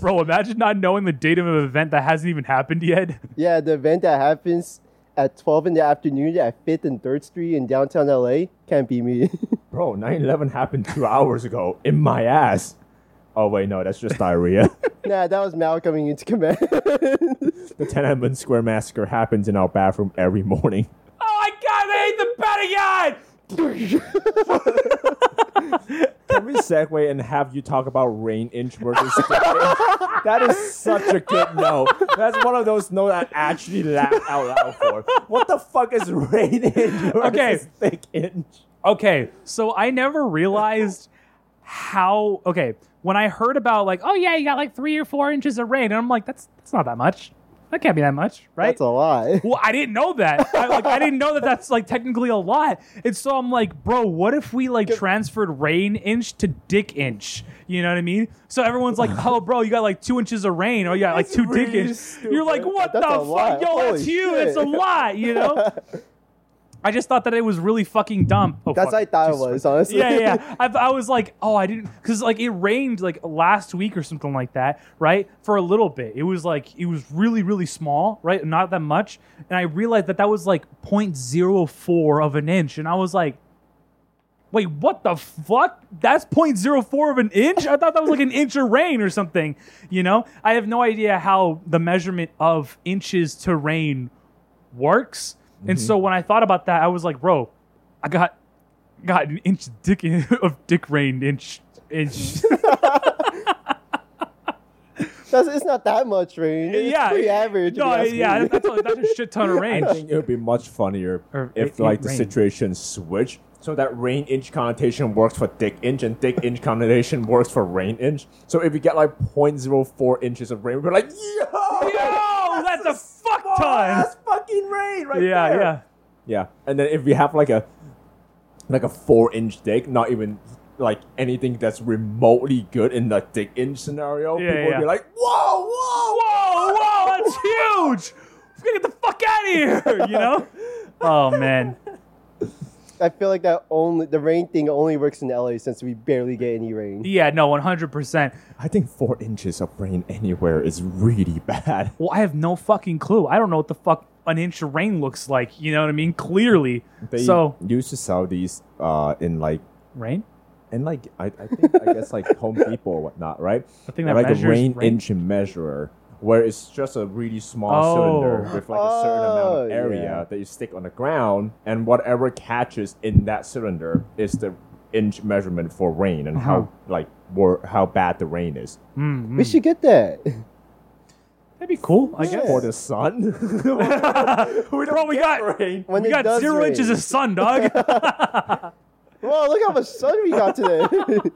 Bro, imagine not knowing the date of an event that hasn't even happened yet. Yeah, the event that happens at 12 in the afternoon at 5th and 3rd Street in downtown LA can't be me. Bro, 9 11 happened two hours ago in my ass. Oh, wait, no, that's just diarrhea. nah, that was Mal coming into command. the Tiananmen Square massacre happens in our bathroom every morning. Oh my god, they ate the Pentagon! Can we segue and have you talk about rain inch versus square inch? That is such a good note. That's one of those notes I actually laugh out loud for. What the fuck is rain inch versus Okay. thick inch? Okay, so I never realized how. Okay, when I heard about like, oh yeah, you got like three or four inches of rain, and I'm like, that's that's not that much. That can't be that much, right? That's a lie. well, I didn't know that. I, like, I didn't know that that's like technically a lot. And so I'm like, bro, what if we like transferred rain inch to dick inch? You know what I mean? So everyone's like, oh, bro, you got like two inches of rain, or you got like That's two dick really inch. stupid. You're like, what That's the a fuck, lot. yo? Holy that's huge. It's a shit. lot, you know. I just thought that it was really fucking dumb. Oh, That's fuck. what I thought it Jesus was, honestly. yeah, yeah. yeah. I, I was like, oh, I didn't, because like it rained like last week or something like that, right? For a little bit, it was like it was really, really small, right? Not that much, and I realized that that was like 0.04 of an inch, and I was like, wait, what the fuck? That's 0.04 of an inch? I thought that was like an inch of rain or something. You know, I have no idea how the measurement of inches to rain works. And so when I thought about that, I was like, bro, I got got an inch dick in, of dick rain inch inch. That's, it's not that much rain. It's yeah, pretty average. if you No, ask yeah, me. that's a, that's a shit ton of rain. I think it would be much funnier Or if it- like it the rained. situation switched so that rain inch connotation works for dick inch and dick inch connotation works for rain inch. So if you get like 0.04 inches of rain, we're like, yo, Yo, that's a fuck ton. That's fucking rain right Yeah, there. yeah. Yeah, and then if you have like a like a four inch dick, not even like anything that's remotely good in the dick inch scenario, Yeah, people yeah. would be like, "Whoa, whoa, Whoa, whoa!" whoa, that's Oh, huge. We're gonna get the fuck out of here. You know? Oh man. I feel like that only the rain thing only works in LA since we barely get any rain. Yeah, no, 100%. I think four inches of rain anywhere is really bad. Well, I have no fucking clue. I don't know what the fuck an inch of rain looks like. You know what I mean? Clearly. They so, used to sell these uh, in like rain? and like I, I think I guess like Home Depot or whatnot, right? I think that like a measures rain, rain. inch measurer, where it's just a really small Oh. cylinder with like a certain amount Oh, of area yeah. that you stick on the ground, and whatever catches in that cylinder is the inch measurement for rain and how Uh-huh. like wor- how bad the rain is. Mm, We mm. should get that. That'd be cool, I guess. For the sun, we Bro, we got, rain. When we it got does zero rain. inches of sun, dog. Whoa, look how much sun we got today. Can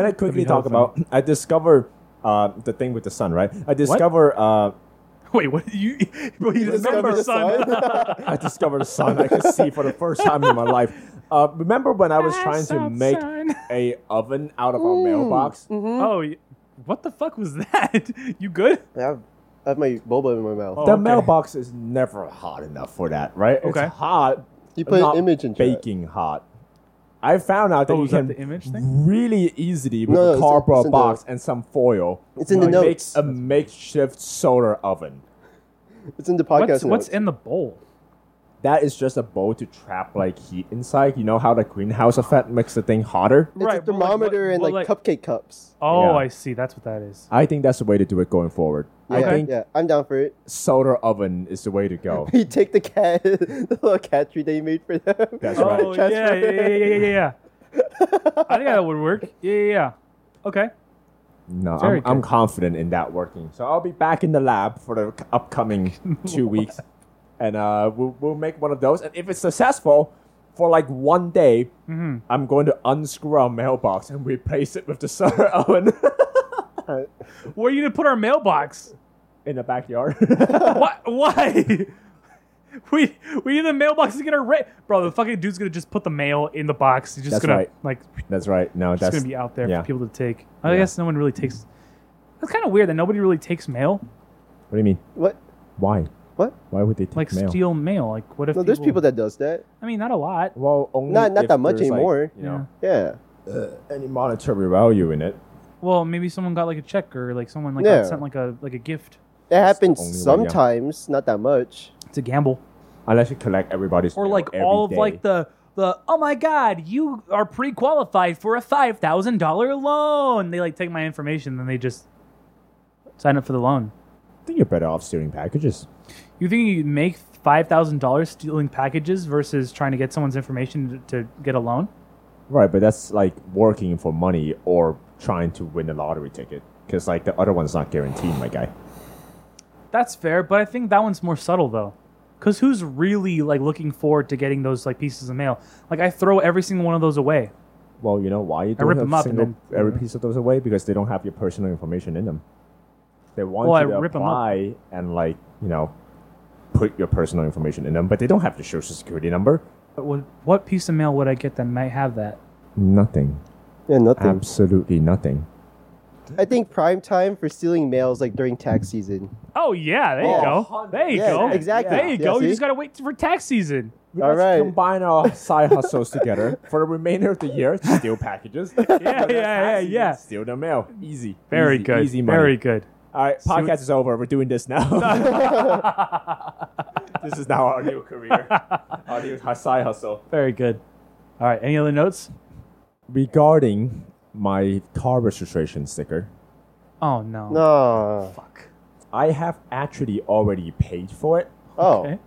I quickly talk helpful. about? I discovered uh, the thing with the sun, right? I discover. Uh, Wait, what? You, bro, you Remember remember the sun? I discovered the sun I could see for the first time in my life. Uh, remember when I was I trying saw to make Mm-hmm. sun. a oven out of a mailbox? Oh, y- what the fuck was that? You good? I have, I have my boba in my mouth. Oh. The okay. mailbox is never hot enough for that, right? Okay. It's hot. You put an not image into it. baking hot. I found out that Oh, you is that can the image thing? really easily No, with no, a it's- cardboard it's in the- box and some foil. It's in the make notes. a makeshift solar oven. It's in the What's, podcast. what's notes. in the bowl? That is just a bowl to trap like heat inside. You know how the greenhouse effect makes the thing hotter. It's Right, a but like what- thermometer and but like, cupcake cups. Oh, Yeah. I see. That's what that is. I think that's the way to do it going forward. I Yeah, think yeah, I'm down for it. solar oven is the way to go. You take the cat, the little cat tree they made for them. That's You right. Oh, yeah, transfer yeah, yeah, it. yeah, yeah, yeah, yeah. I think that would work. Yeah, yeah, yeah. Okay. No, Very I'm, I'm good. confident in that working. So I'll be back in the lab for the c- upcoming two weeks, and uh, we'll, we'll make one of those. And if it's successful, for like one day, Mm-hmm. I'm going to unscrew our mailbox and replace it with the solar oven Where are you gonna put our mailbox? in the backyard. What? Why? We we need the mailbox to get our ra- bro. The fucking dude's gonna just put the mail in the box. He's just That's gonna right. like that's right. No, it's that's gonna be out there yeah. for people to take. I guess no one really takes. That's kind of weird that nobody really takes mail, What do you mean? What? Why? What? Why would they take like mail? steal mail. Like what if? No, there's people that does that. I mean, not a lot. well, only Not- not if that much there's, like, anymore. you know, uh, Yeah. any monetary value in it. Well, maybe someone got like a check or like someone like Yeah. got sent like a like a gift. It happens only way, yeah. sometimes, not that much. It's a gamble. Unless you collect everybody's or mail like every all of day. like the the oh my god you are pre-qualified for a five thousand dollar loan they like take my information then they just sign up for the loan I think you're better off stealing packages. you think you make five thousand dollars stealing packages versus trying to get someone's information to, to get a loan Right, but that's like working for money or trying to win a lottery ticket. Because like the other one's not guaranteed, my guy. that's fair but i think that one's more subtle though because who's really like looking forward to getting those like pieces of mail like i throw every single one of those away Well, you know why you don't rip have them up and single, then- every piece of those away because they don't have your personal information in them. They want Well, you I to rip 'em up. apply and like you know put your personal information in them, but they don't have the social security number. but what, what piece of mail would i get that might have that Nothing. Yeah, nothing. Absolutely nothing. I think prime time for stealing mail is like during tax season. Oh yeah, there you Oh, go. There you yeah, go. exactly. There you Yeah, go. You see? just gotta wait for tax season. We All let's right. combine our side hustles together for the remainder of the year. Steal packages. yeah, yeah, yeah. Steal the mail. Easy. Very Easy, good. Easy money. Very good. All right, podcast is over. We're doing this now. this is now our new career, our new hu- side hustle. Very good. All right. Any other notes? Regarding my car registration sticker, Oh no. No. Fuck. I have actually already paid for it, Oh. Okay.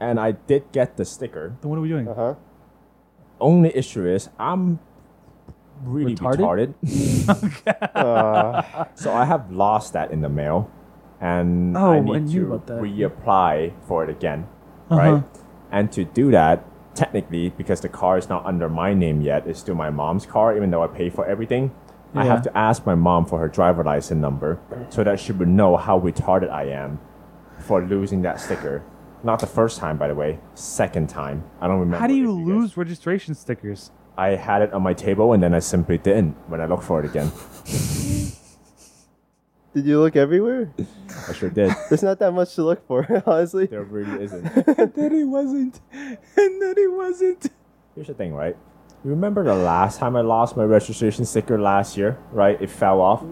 and I did get the sticker. Then what are we doing? Uh huh. Only issue is I'm really Retarded? retarded, so I have lost that in the mail, and Oh, I need I knew to about that. Uh-huh. reapply for it again, right? And to do that, technically, because the car is not under my name yet, it's still my mom's car, even though I pay for everything. I have Yeah. to ask my mom for her driver license number so that she would know how retarded I am for losing that sticker. Not the first time, by the way. Second time. I don't remember. How do you if guys- lose registration stickers? I had it on my table and then I simply didn't when I looked for it again. Did you look everywhere? I sure did. There's not that much to look for, honestly. there really isn't. and then it wasn't. And then it wasn't. here's the thing, right? You remember the last time I lost my registration sticker last year, right? It fell off,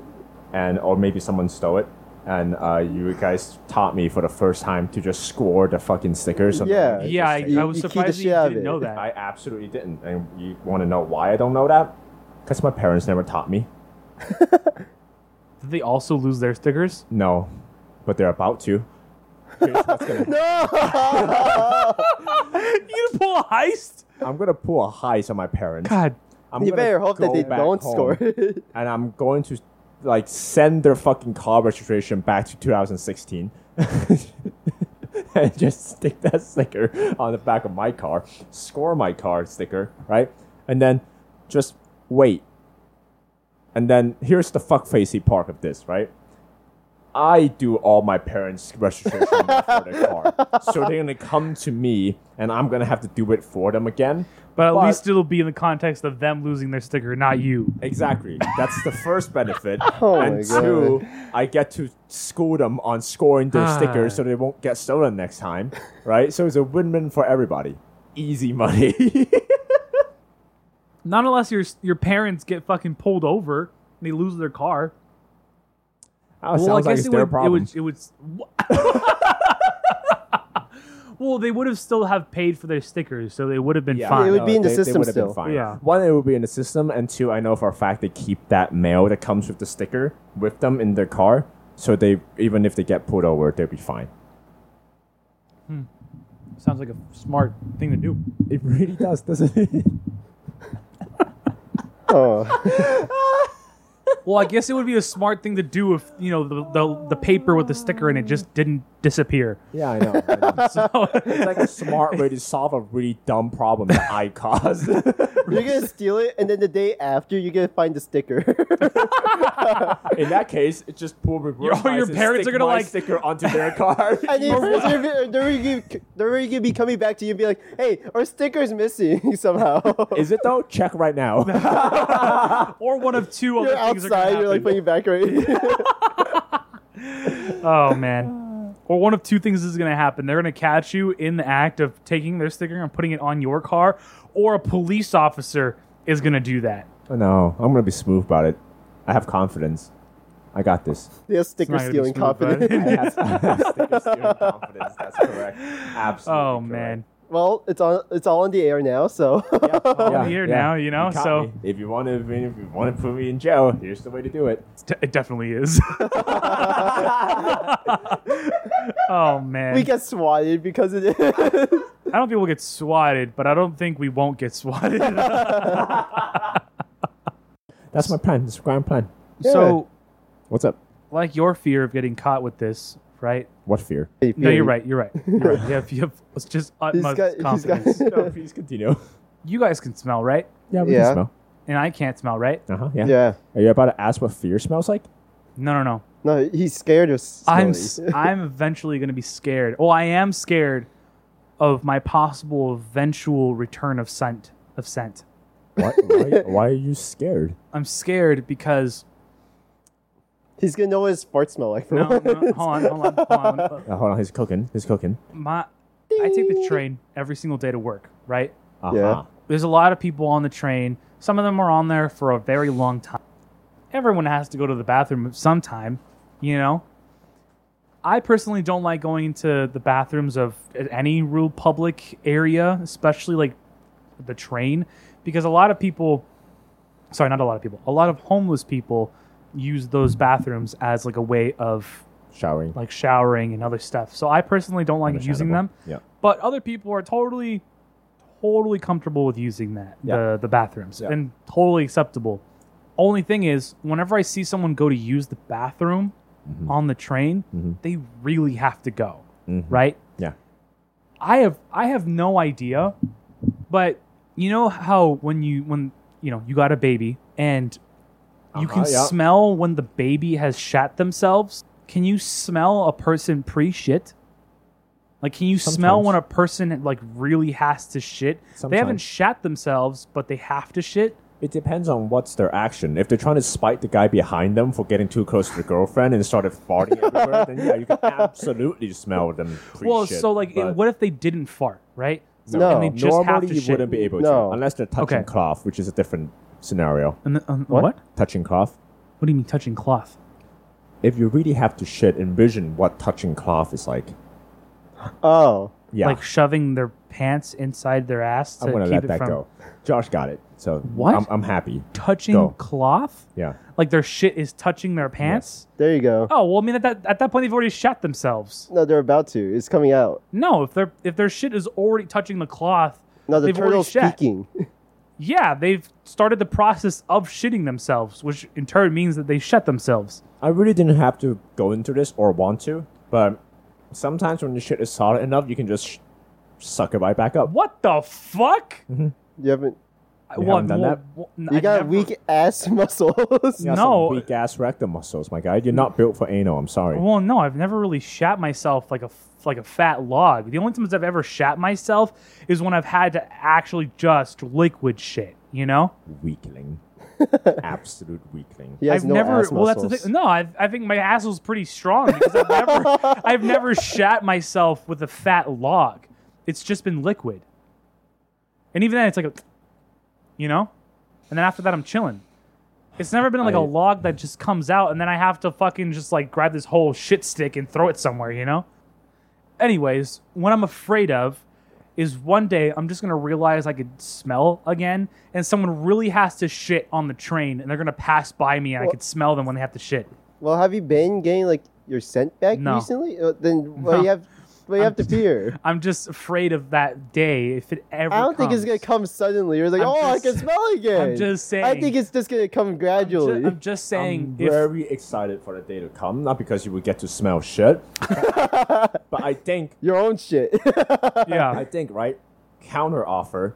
and or maybe someone stole it, and uh, you guys taught me for the first time to just score the fucking stickers. on the Yeah. registration Yeah, I, You- I was you keep the surprised that shit you out of didn't it. know that. I absolutely didn't. And you want to know why I don't know that? Because my parents never taught me. Did they also lose their stickers? No, but they're about to. Here's what's gonna- you gonna pull a heist? I'm gonna pull a heist on my parents. God, I'm you gonna better hope that go they back don't home, score. and I'm going to like send their fucking car registration back to 2016. and just stick that sticker on the back of my car, score my car sticker, right? And then just wait. And then here's the fuckfacey part of this, right? I do all my parents' registration for their car. So they're gonna come to me and I'm gonna have to do it for them again. but at But- least it'll be in the context of them losing their sticker, not you. Exactly. That's the first benefit. Oh my and two, I get to school them on scoring their Ah. stickers so they won't get stolen next time. Right? So it's a win win for everybody. Easy money. Not unless your your parents get fucking pulled over and they lose their car. Oh, sounds like it's it their would, problem. it would. It would. well, they would have still have paid for their stickers, so they would have been Yeah, fine. It would be in the they- they system would've been still. fine. Yeah. One, it would be in the system, and two, I know for a fact they keep that mail that comes with the sticker with them in their car, so they even if they get pulled over, they'll be fine. Sounds like a smart thing to do. It really does, doesn't it? oh. Well, I guess it would be a smart thing to do if you know the the, the paper with the sticker in it just didn't disappear. Yeah, I know. I know. it's like a smart way to solve a really dumb problem that I caused. You're gonna steal it, and then the day after, you're gonna find the sticker. In that case, it just pull reverse. Your- your lights and parents stick are gonna my like- sticker onto their car. and then they're, they're, gonna, they're gonna be coming back to you and be like, "Hey, our sticker's missing somehow." Is it though? Check right now. Or one of two other you're things are gonna outside. You're happen. like putting it back right. Oh man. Or one of two things is going to happen. They're going to catch you in the act of taking their sticker and putting it on your car, or a police officer is going to do that. Oh, no, I'm gonna be smooth about it. I have confidence. I got this. They have It's not sticker gonna be stealing smooth, bud. confidence. I have, I have sticker stealing confidence. That's correct. Absolutely. oh correct. man. well, it's on. It's all in the air now. So I'm here now, you know, caught so- me. if you want to, if you want to put me in jail, here's the way to do it. It's de- it definitely is. oh man. we get swatted because of it. I don't think we'll get swatted, but I don't think we won't get swatted. That's my plan. That's my grand plan. So, What's up? like your fear of getting caught with this, right? What fear? No, you're right. You're right. You're right. You have, you have it's just utmost got- he's got- confidence. no, please continue. You guys can smell, right? Yeah, we Yeah. can smell. And I can't smell, right? Uh huh. Yeah. Yeah. Are you about to ask what fear smells like? No, no, no. No, he's scared of. I'm s- smelly. I'm eventually going to be scared. Well, I am scared of my possible eventual return of scent of scent. Why, why, why are you scared? I'm scared because He's gonna know what his fart smell like. For no, no, once. hold on, hold on, hold on. Uh, Uh, hold on, he's cooking. He's cooking. My, I take the train every single day to work. Right? Uh-huh. Yeah. There's a lot of people on the train. Some of them are on there for a very long time. Everyone has to go to the bathroom sometime, you know. I personally don't like going to the bathrooms of any real public area, especially like the train, because a lot of people, sorry, not a lot of people, a lot of homeless people use those bathrooms as like a way of Showering. like showering and other stuff. So I personally don't like using them, Yeah. but other people are totally, totally comfortable with using that Yeah. the the bathrooms Yeah. and totally acceptable. Only thing is, whenever I see someone go to use the bathroom Mm-hmm. on the train, Mhm. they really have to go, Mhm. right? Yeah. I have I have no idea, but you know how when you when you know you got a baby and you can Uh-huh, yeah. smell when the baby has shat themselves. Can you smell a person pre shit? Like, can you smell Sometimes. when a person like really has to shit? They haven't Sometimes. shat themselves, but they have to shit. It depends on what's their action. If they're trying to spite the guy behind them for getting too close to the girlfriend and started farting everywhere, then yeah, you can absolutely smell them. well, pre-shit, so like, it- but- what if they didn't fart? Right? No. And they just Normally, have to you shit. wouldn't be able No. to, unless they're touching Okay. cloth, which is a different scenario. And the, um, what? what? Touching cloth. do you mean touching cloth? If you really have to shit, envision what touching cloth is like. Oh. Yeah, Like shoving their pants inside their ass to I'm gonna keep let it that from go. Josh got it, so What? I'm, I'm happy. touching Go. cloth. Yeah, Like their shit is touching their pants. There you go. Oh well, I mean at that at that point they've already shot themselves. No, they're about to. It's coming out. No, if their if their shit is already touching the cloth, No, the They've already turtle's shat. speaking. yeah, they've started the process of shitting themselves, which in turn means that they shut themselves. I really didn't have to go into this or want to, but sometimes when the shit is solid enough, you can just sh- suck it right back up. What the fuck? You haven't. I- You well, haven't done well, that? well, You I got never- weak ass muscles. You got No. weak ass rectum muscles, my guy. You're not built for anal. I'm sorry. Well, no, I've never really shat myself like a f- like a fat log. The only times I've ever shat myself is when I've had to actually just liquid shit. You know, Weakling, absolute weakling. He has I've no never. ass well, that's the muscles. thing. No, I've, I think my ass was pretty strong because I've never, I've never shat myself with a fat log. It's just been liquid, and even then, it's like a, you know, and then after that, I'm chilling. It's never been like a I- log that just comes out, and then I have to fucking just like grab this whole shit stick and throw it somewhere, you know. Anyways, what I'm afraid of is one day I'm just gonna realize I could smell again, and someone really has to shit on the train, and they're gonna pass by me, and I Well- could smell them when they have to shit. Well, have you been getting like your scent back No. recently? Uh, then what do you No. have? What do you have to fear? I'm just afraid of that day if it ever. I don't think it's gonna comes. come suddenly. You're like, I'm oh, just- I can smell again. I'm just I saying. think it's just gonna come Ju- gradually. I'm just saying. I'm if, very excited for the day to come, not because you will get to smell shit, but I think your own shit. yeah, I think right counter offer.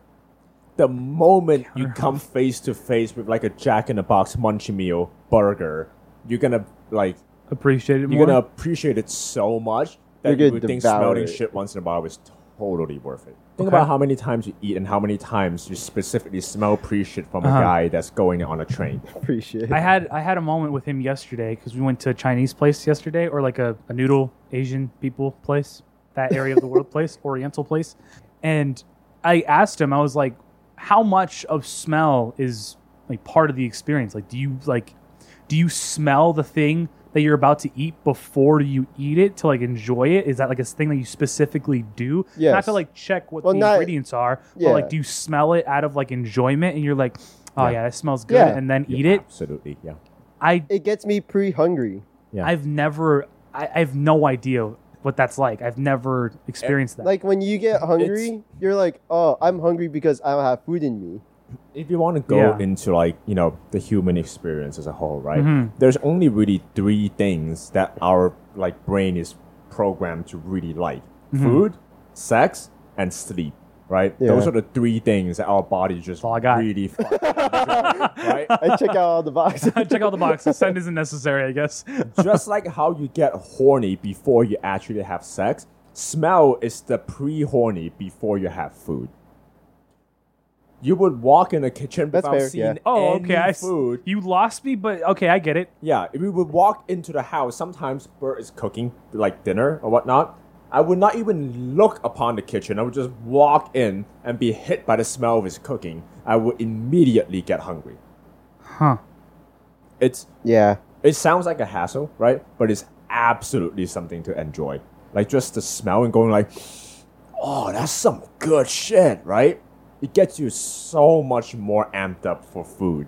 The moment you come face to face with like a Jack in the Box munchie meal burger, you're gonna like appreciate it you're more. gonna appreciate it so much that You're you gonna would think devour smelling it. shit once in a while is totally worth it. Okay. Think about how many times you eat and how many times you specifically smell pre shit from Uh-huh. a guy that's going on a train. Appreciate. I had I had a moment with him yesterday because we went to a Chinese place yesterday, or like a, a noodle Asian people place, that area of the world place, Oriental place, and I asked him, I was like, how much of smell is like part of the experience? Like, do you like, do you smell the thing that you're about to eat before you eat it to like enjoy it? Is that like a thing that you specifically do? Not Yes. to like check what Well, the not- ingredients are, but yeah. like, do you smell it out of like enjoyment and you're like, oh yeah, Yeah. that smells good, Yeah. and then eat Yeah, it? Absolutely, yeah. I It gets me pre hungry. Yeah. I've never I, I have no idea what that's like. I've never experienced that. Like when you get hungry, you're like, oh, I'm hungry because I don't have food in me. if you want to go Yeah. into like you know the human experience as a whole right Mhm. there's only really three things that our like brain is programmed to really like Mm-hmm. food sex and sleep right Yeah. those are the three things that our body just all I got. really fucking enjoy, right I check out all the boxes. Check out the box. Send isn't necessary, I guess. just like how you get horny before you actually have sex smell is the pre-horny before you have food you would walk in the kitchen That's without fair, seeing yeah. Oh, any okay. I s- food you lost me, but okay, I get it. Yeah, if we would walk into the house, sometimes Bert is cooking like dinner or whatnot. I would not even look upon the kitchen. I would just walk in and be hit by the smell of his cooking. I would immediately get hungry. Huh. It's yeah. it sounds like a hassle, right? But it's absolutely something to enjoy. Like just the smell and going like, oh, that's some good shit, right? It gets you so much more amped up for food.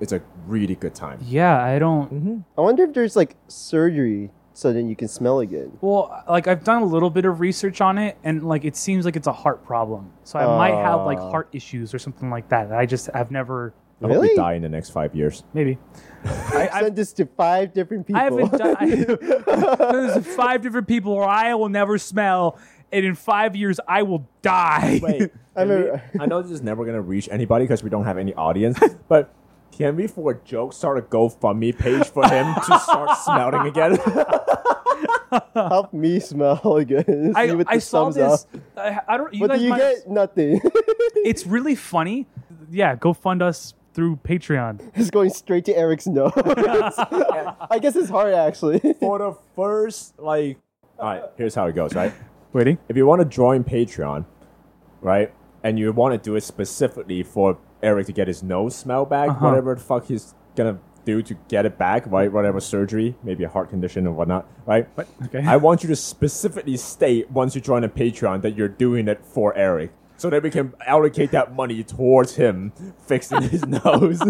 It's a really good time. Yeah, I don't Mm-hmm. I wonder if there's like surgery so then you can smell again. Well, like I've done a little bit of research on it, and like it seems like it's a heart problem. So I might have like Uh. Oh. heart issues or something like that. that I just I've never I hope Really? we die in the next five years. maybe. I, I, I've, sent this to five different people. I haven't done. I, there's five different people, or I will never smell, and in five years I will die. Wait, I I, remember- I know this is never gonna reach anybody because we don't have any audience, but can we, for a joke, start a GoFundMe page for him to start smelting again? Help me smell again. See I, what I this saw sums this. up. I, I don't. You What guys do you might- get? Nothing. It's really funny. Yeah, go fund us through Patreon. it's going straight to Eric's nose. I guess it's hard actually. for the first, like, all right, here's how it goes, right? Waiting. If you want to join Patreon, right? And you want to do it specifically for Eric to get his nose smell back, Uh-huh. whatever the fuck he's gonna do to get it back, right? Whatever surgery, maybe a heart condition or whatnot, right? But okay. I want you to specifically state once you join a Patreon that you're doing it for Eric. So that we can allocate that money towards him fixing his nose.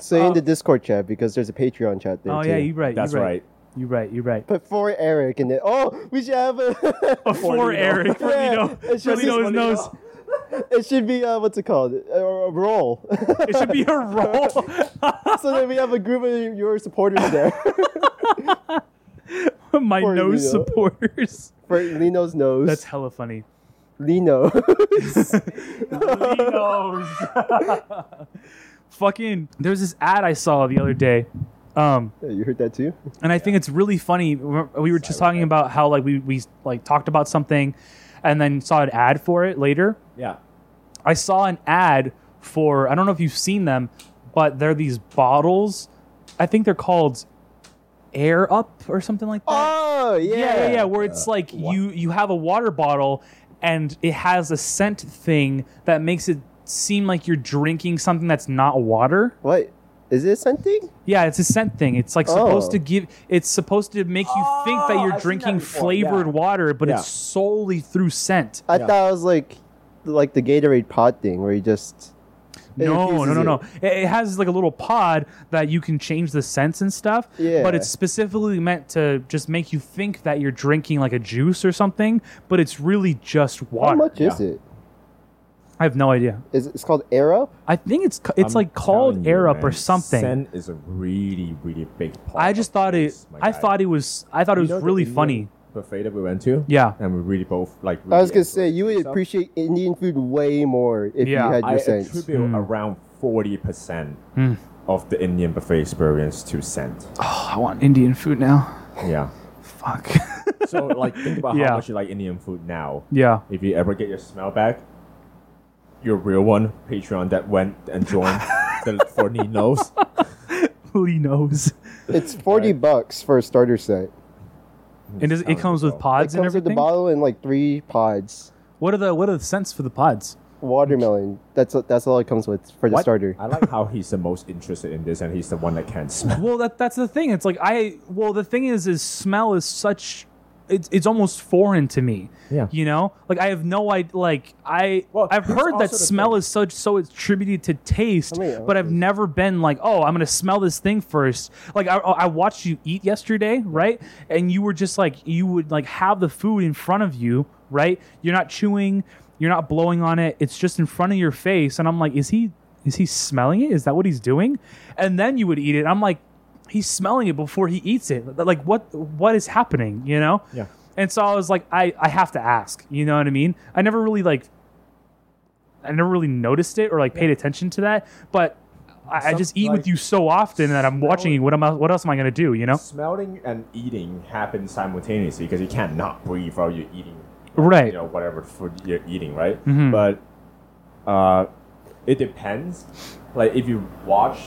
Say in the Discord chat because there's a Patreon chat there. Uh, oh too. yeah, you're right. That's you're right. You're right. You're right. But for Eric and then oh, we should have a. But for Eric, Yeah, Fernino, it's just- Fernino's it's nose. it should be uh, what's it called? A, a roll. It should be a roll. so then we have a group of your supporters there My Poor nose Leo. supporters. for Lino's nose. That's hella funny. Lino. Lino's. Fucking, there's this ad I saw the other day. Um, Yeah, you heard that too. and I think it's really funny. Remember- We were just talking about how like we, we like talked about something, and then saw an ad for it later. Yeah. I saw an ad for I don't know if you've seen them, but they're these bottles. I think they're called Air Up or something like that. Oh yeah, yeah, yeah, yeah, where it's like you you have a water bottle and it has a scent thing that makes it seem like you're drinking something that's not water. What is it? Something? Yeah, it's a scent thing. It's like supposed Oh. to give it's supposed to make you think Oh, that I've seen you're that drinking before, yeah. flavored water, but Yeah. it's solely through scent. I Yeah. thought it was like like the Gatorade pod thing where you just it No, no, infuses no, it. no. It, it has like a little pod that you can change the scents and stuff. Yeah. But it's specifically meant to just make you think that you're drinking like a juice or something, but it's really just water. How much is Yeah. it? I have no idea. Is it, it's called Air Up? I think it's ca- it's I'm like called telling you, air up or man, something. Scent is a really, really big part. I just of thought it. this, my I guy. thought it was. I thought it You was know the really Indian funny. buffet that we went to. Yeah. and we really both like. I was really gonna say enjoyed you would ourselves. appreciate Indian food way more if Yeah, you had your I sense. attribute Hmm. around forty percent of the Indian buffet experience to scent. Oh, I want Indian food now. Yeah. Fuck. So like, think about Yeah. how much you like Indian food now. yeah. If you ever get your smell back, your real one Patreon that went and joined the for Ninos. Lee knows. It's forty bucks for a starter set. And does, it sounds comes with like- It pods and comes with the everything. bottle and like three pods. what are the what are the scents for the pods? Watermelon. That's that's all it comes with for the What? starter. I like how he's the most interested in this, and he's the one that can't smell. Well, that that's the thing. It's like I. Well, the thing is, is smell is such. It's it's almost foreign to me. Yeah. You know, like I have no idea. Like I, Well, I've here's heard that also the smell thing. is such so attributed to taste, I mean, but I've never been like, oh, I'm gonna smell this thing first. Like I, I watched you eat yesterday, right? And you were just like, you would like have the food in front of you, right? You're not chewing, you're not blowing on it. It's just in front of your face, and I'm like, is he, is he smelling it? Is that what he's doing? And then you would eat it. I'm like, he's smelling it before he eats it. Like what, what is happening? You know? Yeah. And so I was like, I, I have to ask. You know what I mean? I never really like I never really noticed it or like paid attention to that, but I, I just Some- eat like, with you so often that I'm smell watching it. you. What am I? What else am I gonna do? You know? Smelling and eating happen simultaneously because you can't not breathe while you're eating, you Right. Mm-hmm. know, whatever food you're eating, right? But uh, it depends. Like if you watch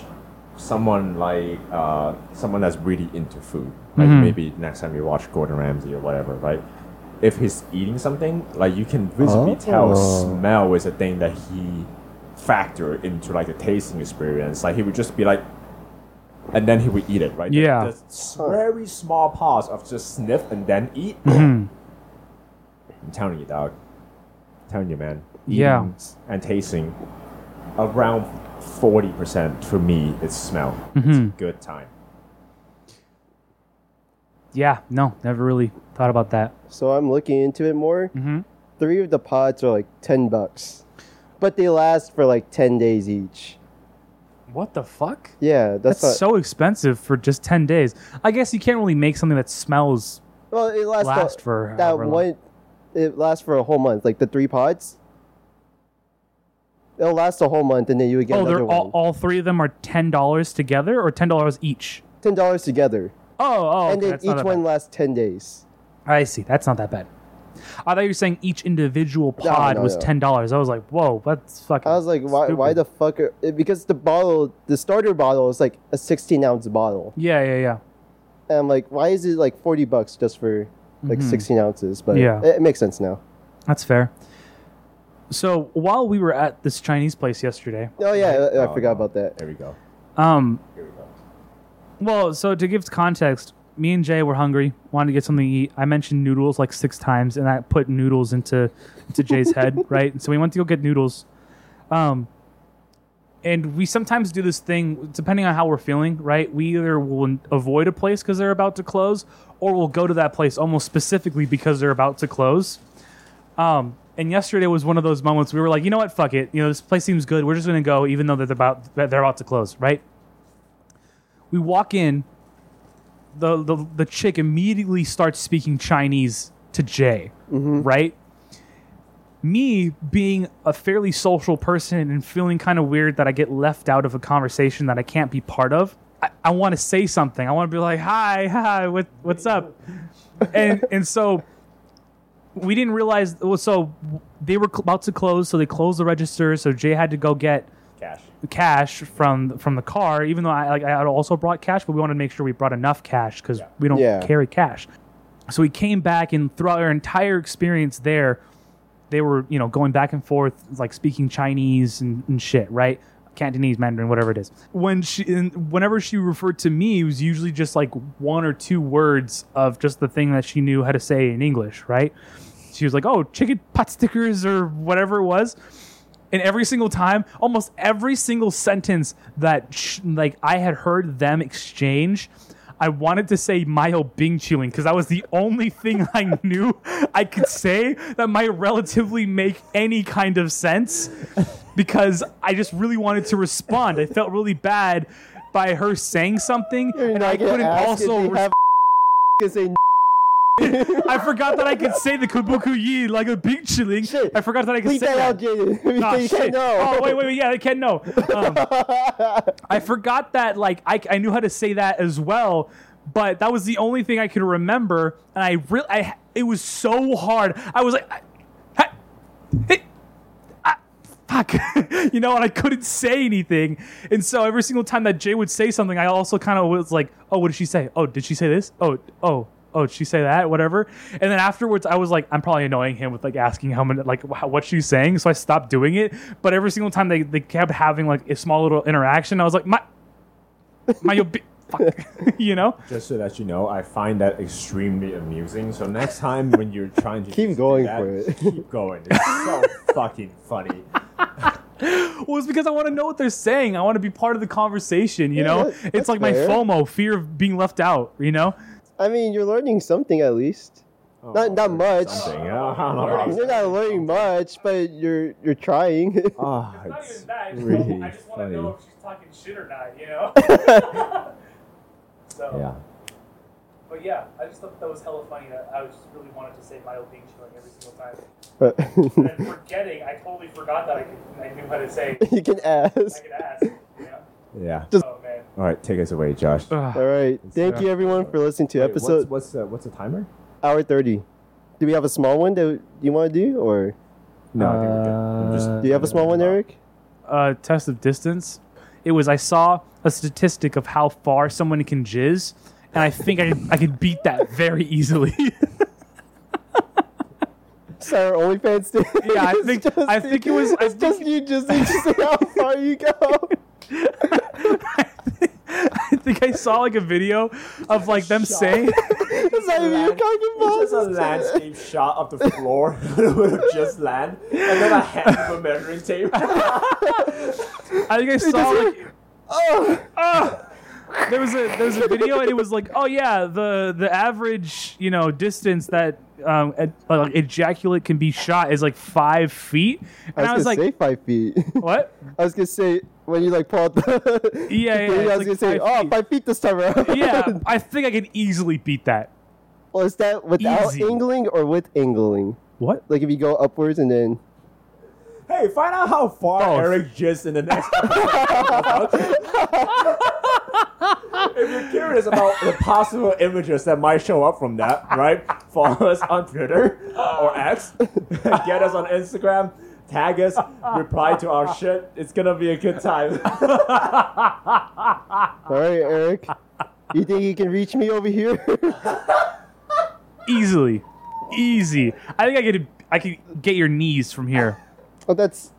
someone like uh, someone that's really into food, like Mm-hmm. maybe next time you watch Gordon Ramsay or whatever, right? If he's eating something, like you can visibly tell Oh. smell is a thing that he factor into like a tasting experience. Like he would just be like, and then he would eat it, right? The- Yeah. The, s- very small pause of just sniff and then eat. Mm-hmm. I'm telling you, dog. I'm telling you, man. Yeah. Eating And tasting around 40% for me, it's smell. It's a good time. Yeah. No. Never really thought about that. So I'm looking into it more. Mm-hmm. Three of the pods are like ten bucks, but they last for like ten days each. What the fuck? Yeah, that's, That's not, so expensive for just ten days. I guess you can't really make something that smells. well. It lasts the- last for that however long. one. It lasts for a whole month, like the three pods. It'll last a whole month, and then you would get oh, another they're all, one. all three of them are ten dollars together or ten dollars each. Ten dollars together, Oh, oh, okay, and then that's not each that one bad. lasts ten days. I see. That's not that bad. I thought you were saying each individual no, pod was no. ten dollars. I was like, whoa, that's fucking. I was like, why? Why stupid. the fuck? Are, it- because the bottle, the starter bottle, is like a sixteen ounce bottle, Yeah, yeah, yeah. and I'm like, why is it like forty bucks just for like sixteen ounces? But Mm-hmm. Yeah. it, it makes sense now. That's fair. So while we were at this Chinese place yesterday, Oh yeah, I, I Oh, forgot no. about that. There we go. um, Here we go. well, so to give context, me and Jay were hungry, wanted to get something to eat. I mentioned noodles like six times, and I put noodles into into Jay's head, right? So we went to go get noodles, um, and we sometimes do this thing depending on how we're feeling, right? We either will avoid a place because they're about to close, or we'll go to that place almost specifically because they're about to close. Um, and yesterday was one of those moments we were like, you know what, fuck it, you know this place seems good. We're just gonna go, even though they're about they're about to close, right? We walk in. The the, the chick immediately starts speaking Chinese to Jay, right? Me being a fairly social person and feeling kind of weird that I get left out of a conversation that I can't be part of. I, I want to say something. I want to be like, "Hi, hi, what, what's up?" And and so we didn't realize. well, So they were cl- about to close, so they closed the register. So Jay had to go get Cash. cash from from the car, even though I like I had also brought cash, but we wanted to make sure we brought enough cash because we don't Yeah. carry cash. So we came back, and throughout our entire experience there, they were you know going back and forth, like speaking Chinese and, and shit, right? Cantonese, Mandarin, whatever it is. When she, and whenever she referred to me, it was usually just like one or two words of just the thing that she knew how to say in English, right? She was like, "Oh, chicken pot stickers" or whatever it was and every single time almost every single sentence that sh- like i had heard them exchange i wanted to say mayo bing chilling because that was the only thing i knew i could say that might relatively make any kind of sense because i just really wanted to respond i felt really bad by her saying something and i couldn't also res- is a i forgot that i could say the kabuku yi like a bing chilling Shit. i forgot that i could leave say that that. out, Jaden. We Ah, say you can't shit. know. Oh wait, wait, wait. Yeah, they can know. Um, I forgot that. Like, I, I knew how to say that as well, but that was the only thing I could remember. And I really, I it was so hard. I was like, I, I- hey, I- fuck, you know, and I couldn't say anything. And so every single time that Jay would say something, I also kind of was like, oh, what did she say? Oh, did she say this? Oh, oh. Oh, did she say that? Whatever. And then afterwards, I was like, I'm probably annoying him with like asking how many, like wh- what she's saying. So I stopped doing it. But every single time they, they kept having like a small little interaction, I was like, my, my, yo- bi- fuck, you know? Just so that you know, I find that extremely amusing. So next time when you're trying to Keep do going that, for it. keep going. It's so fucking funny. Well, it's because I want to know what they're saying. I want to be part of the conversation, you know? that- it's that's like fair. my FOMO, fear of being left out, you know? I mean, you're learning something at least. not not much. Oh, Something. I don't know. You're not learning much, but you're you're trying. Ah, it's really funny. she's talking shit or not, you know? so, Yeah. but yeah, I just thought that was hella funny. I, I just really wanted to say my old being chilling every single time. but I'm forgetting, I totally forgot that I, could, I knew how to say you can ask. could ask. You know? Yeah. Oh, man. All right, take us away, Josh. All right. Thank Yeah. you everyone for listening to Wait, episode What's what's, uh, what's the timer? hour thirty. Do we have a small one that you want to do, or No, I think we're good. I'm just- Uh, do you have a small one, Eric? uh, test of distance. It was I saw a statistic of how far someone can jizz, and I think I I could beat that very easily. It's our OnlyFans thing. Yeah, I It's think- just I think it was- I It's just think- you just need to see how far you go. I think I saw like a video of like them saying, It's not even you talking about. It's just a It's landscape shot of the floor with just land, and then a hand with a measuring tape. I think I saw like Ah! Oh, there was a there was a video and it was like oh yeah the the average you know distance that um ed- like ejaculate can be shot is like five feet and I was, like gonna say five feet. what I was gonna say when you like pull out the Yeah, yeah, the thing, it's I was like gonna say five oh feet. five feet this time around. yeah I think I could easily beat that well, is that without Easy. angling or with angling? what Like if you go upwards and then Hey, find out how far Oh. Eric jizzed in the next If you're curious about the possible images that might show up from that, right? Follow us on Twitter or X. Get us on Instagram. Tag us. Reply to our shit. It's gonna be a good time. all right, Eric, you think you can reach me over here? easily, easy. I think I could I could get your knees from here. Oh, that's.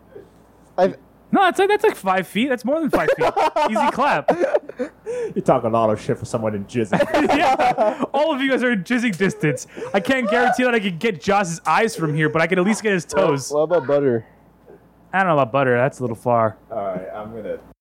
I've. No, that's like that's like five feet. That's more than five feet. Easy clap. You talk a lot of shit for someone in jizzing. yeah, all of you guys are in jizzing distance. I can't guarantee that I can get Joss's eyes from here, but I can at least get his toes. What about butter? I don't know about butter. That's a little far. All right, I'm gonna